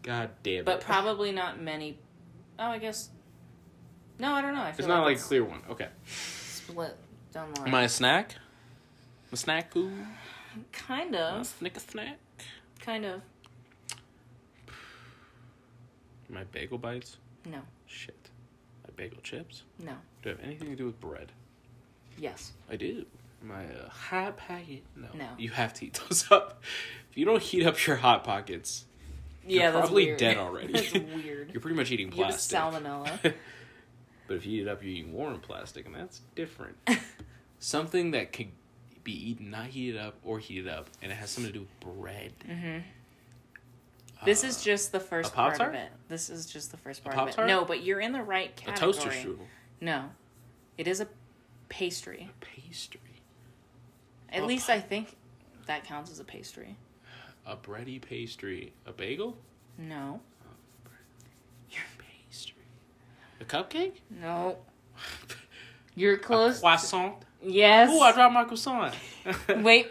God damn it!
but probably not many. Oh, I guess. No, I don't know. I feel
it's not like a
it's
clear one. Okay.
split down the line.
Am I a snack? A snack food?
Kind
A
of.
snicker snack?
Kind of.
My bagel bites?
No.
Shit. My bagel chips?
No.
Do I have anything to do with bread?
Yes.
I do. My uh, hot pocket? No.
No.
You have to heat those up. If you don't heat up your hot pockets,
Yeah, that's
probably
weird.
dead already.
that's weird.
you're pretty much eating
You have
plastic.
salmonella.
but if you eat it up, you're eating warm plastic, and that's different. Something that could be eaten, not heated up, or heated up, and it has something to do with bread. Uh,
hmm This is just the first
a
part
Pop-Tart?
of it. This is just the first part of it.
Pop-Tart?
No, but you're in the right
a
category.
toaster strudel.
No, it is a pastry.
Pastry.
At
A
least
pi-
I think that counts as a pastry.
A bready pastry. A bagel?
No,
Your pastry. A cupcake?
no, you're
A
close.
croissant?
yes.
Ooh, I dropped my croissant.
Wait,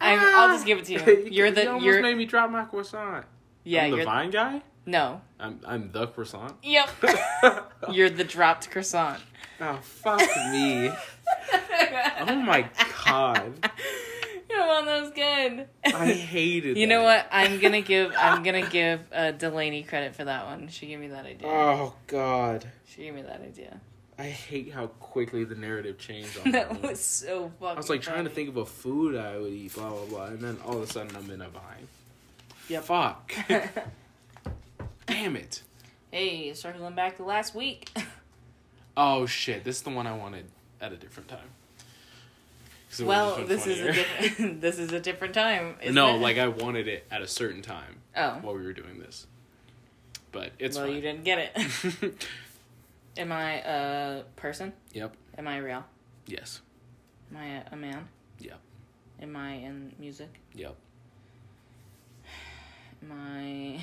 I'm, I'll just give it to you. You're the
You almost
you're
made me drop my croissant.
yeah
I'm the
you're
vine guy?
no
I'm, I'm the croissant?
yep. you're the dropped croissant.
oh, fuck me. Oh my god.
Come on, that was good.
I hated
You know
that.
what? I'm gonna give I'm gonna give uh, Delaney credit for that one. She gave me that idea.
Oh god.
she gave me that idea.
I hate how quickly the narrative changed on that
that
one.
was so fucking.
I was like trying to think of a food I would eat, blah blah blah, and then all of a sudden I'm in a vine. Yeah, fuck. Damn it.
hey, circling back to last week.
Oh shit, this is the one I wanted at a different time. 'Cause it would've
well,
just been
this is a
funnier.
different this is a different time. isn't
No,
it?
like I wanted it at a certain time
oh, well,
while we were doing this. But it's
you
fine.
didn't get it. Am I a person?
yep.
Am I real?
Yes.
Am I a, a man?
Yep.
Am I in music?
Yep.
Am I?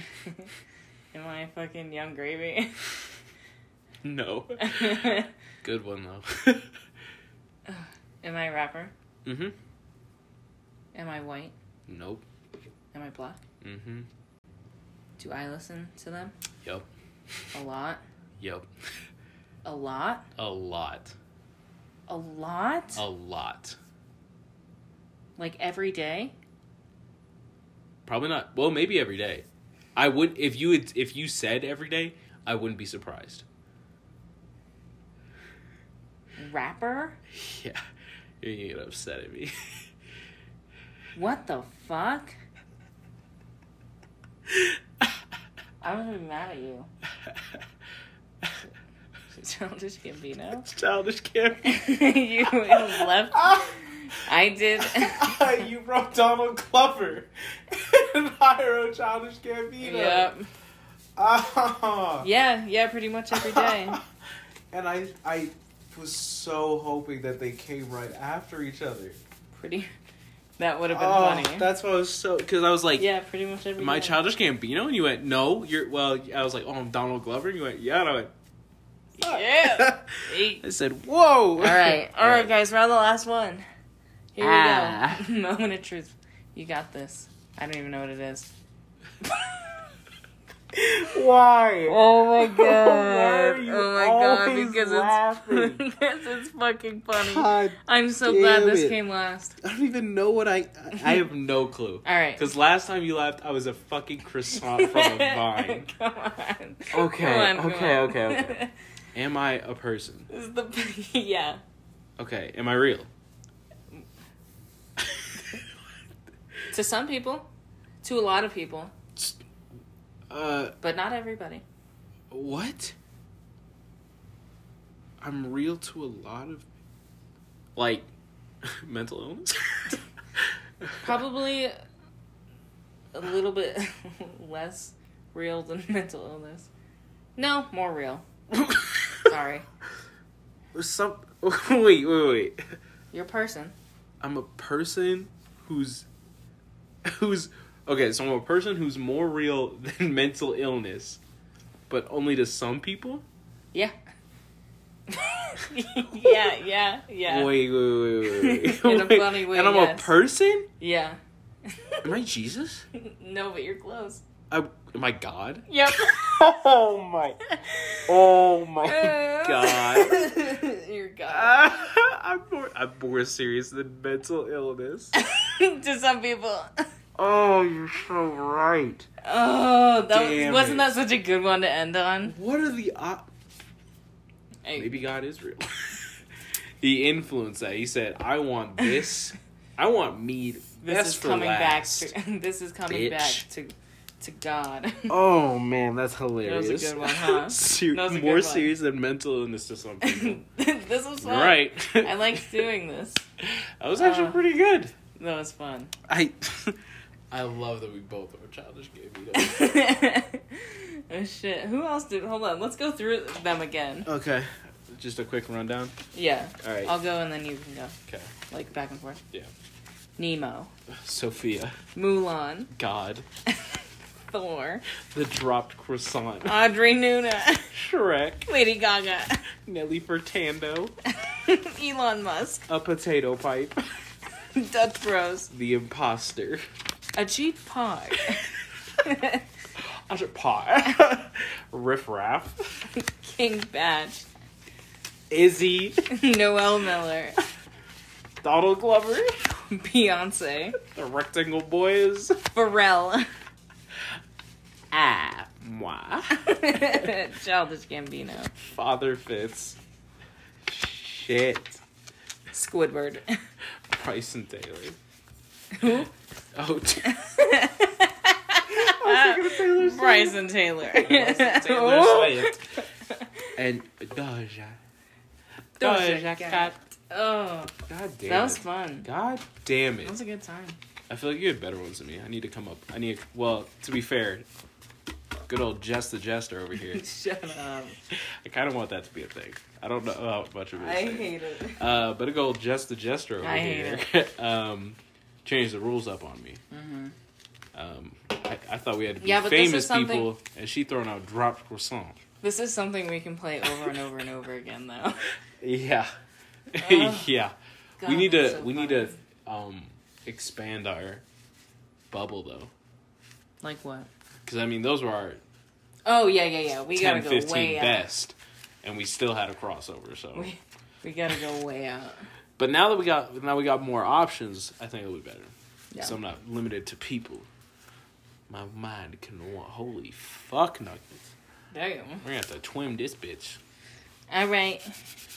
Am I fucking Young Gravy?
No.
Am
Good one though.
I a rapper?
mm-hmm.
Am I white?
Nope.
Am I black?
Mm-hmm.
Do I listen to them?
Yep.
A lot.
Yep.
A lot.
A lot.
A lot.
Oh.
A lot.
Like every day.
Probably not. Well, maybe every day. I would if you had, if you said every day, I wouldn't be surprised.
Rapper.
Yeah. You're gonna get upset at me.
What the fuck? I'm gonna be mad at you. Childish Gambino.
Childish Kim.
you left.
Ah.
I did.
you wrote Donald Glover. and I wrote Childish Gambino.
yep.
Ah.
Yeah. Yeah. Pretty much every day.
and I, I was so hoping that they came right after each other.
Pretty. That would have been
Oh,
funny.
that's why I was so because I was like,
yeah. Pretty much every.
My
day.
Childish Gambino? And you went, no, you're, well, I was like, oh, I'm Donald Glover. And you went, yeah. And I went, "Fuck."
Yeah. Eight.
I said, whoa.
All right, all right, guys, we're on the last one. Here
Ah.
we go. Moment of truth. You got this. I don't even know what it is.
why?
Oh my
Why are you always laughing?
it's because it's fucking funny.
God,
I'm so
damn
glad this
it.
came last.
I don't even know what I.
I have no clue.
All right.
Because last time you left, I was a fucking croissant from a vine.
come on.
Okay,
Come on,
okay,
come on.
okay, okay. Am I a person?
this is the yeah.
Okay. Am I real?
Mm. To some people, to a lot of people,
uh,
but not everybody.
what? I'm real to a lot of, like, mental illness.
probably a little bit less real than mental illness. No, more real. Sorry.
Some wait, wait, wait.
You're a person.
I'm a person who's who's okay, so I'm a person who's more real than mental illness, but only to some people?
Yeah. yeah, yeah, yeah.
Wait, wait, wait, wait, wait.
In a
Wait,
funny way,
And I'm
yes.
a person?
Yeah.
Am I Jesus?
no, but you're close.
I, am I God?
Yep.
Oh my! Oh my!
God.
you're God.
Ah,
I'm more I'm more serious than mental illness.
to some people.
Oh, you're so right.
Oh, that was,
Damn
wasn't
it.
that such a good one to end on?
What are the op-
Hey,
Maybe God is real. he influenced that. He said, "I want this. I want me
this
best
is
for
coming
last."
back. To, this is coming back
bitch.
to to God.
Oh man, that's hilarious.
good one, huh?
Ser-
That was a good
more
one.
serious than mental illness to some people.
this was
You're
fun.
right.
I liked doing this.
That was actually
Uh,
pretty good.
That was fun.
I I love that we both are childish gay beatles.
oh shit. Who else did? Hold on. Let's go through them again.
okay. Just a quick rundown.
Yeah.
All right.
I'll go and then you can go.
Okay.
Like back and forth.
Yeah.
Nemo,
Sophia,
Mulan,
God,
Thor,
the dropped croissant,
Audrey Nuna,
Shrek,
Lady Gaga,
Nelly Furtado,
Elon Musk,
a potato pipe,
Dutch Bros,
the imposter,
Ajit Pog,
I should pie, Riff Raff,
King Batch,
Izzy,
Noel Miller,
Donald Glover,
Beyonce,
the Rectangle Boys,
Pharrell,
ah, moi,
Childish Gambino,
Father Fitz, shit,
Squidward.
Bryson Taylor.
Who?
Oh, I was thinking of Taylor
Bryson Taylor.
Taylor
Oh.
Swift. and Doja.
Doja Cat. Oh,
God damn
that was
it.
fun.
God damn
That
it.
was a good time.
I feel like you had better ones than me. I need to come up. I need. Well, to be fair, good old Jess the Jester over here.
Shut up.
I kind of want that to be a thing. I don't know how much of it.
I
is a thing.
hate it.
Uh, but a good old Jess the Jester over
I
here
hate
um, changed the rules up on me. Um, I, I thought we had to
Mm-hmm.
be
Yeah, but this is
famous
something-
people, and she throwing out dropped croissant.
This is something we can play over and over and over again, though.
Yeah,
Ugh.
yeah.
God,
we need to.
that's so
we need
funny.
to um, expand our bubble though,
Like what?
because I mean those were our
Oh yeah, yeah, yeah. We
10,
gotta go
15
way out.
best, and we still had a crossover. So,
We, we gotta go way out.
but now that we got now we got more options, I think it'll be better.
Yeah.
So I'm not limited to people. My mind can want holy fuck nuggets.
There you go.
We're gonna have to twim this bitch.
All right.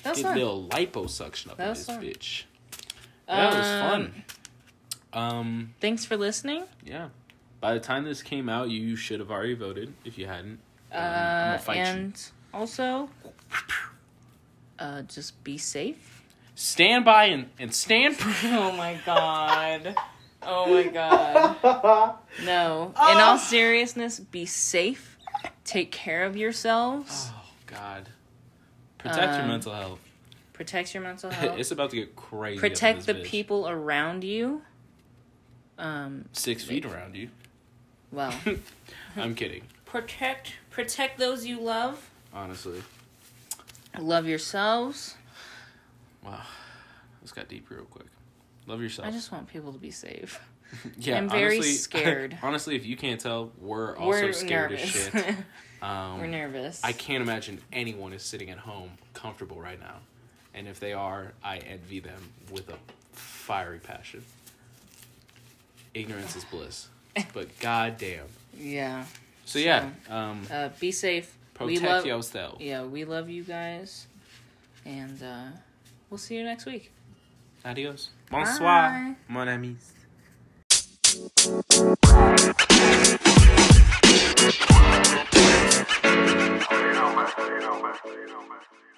That was
Get
fun.
little liposuction up
That
in
was
this
fun.
bitch. That was fun. Um,
Thanks for listening.
yeah. By the time this came out, you should have already voted. If you hadn't, um, I'm
Uh,
gonna fight you.
and also, uh, just be safe.
Stand by and, and stand. For-
Oh my god. Oh my god. No. In
Ah.
all seriousness, be safe. Take care of yourselves.
oh God. Protect your
Um,
mental health.
Protect your mental health.
it's about to get crazy. up in
protect
this
the
bitch.
people around you. Um,
Six feet around you.
well,
I'm kidding.
protect protect those you love.
Honestly,
Love yourselves.
wow. This got deep real quick. Love yourself.
I just want people to be safe.
yeah,
I'm very scared.
honestly, if you can't tell, we're also
We're
scared
nervous.
as shit. Um,
We're nervous.
I can't imagine anyone is sitting at home comfortable right now. And if they are, I envy them with a fiery passion. Ignorance is bliss. But goddamn.
Yeah.
So yeah, um,
Uh, be safe.
protect
we love.
yourself.
Yeah, we love you guys, and uh, we'll see you next week.
Adios.
Bye.
mon amis.
You know, man. You know, man. You know, man.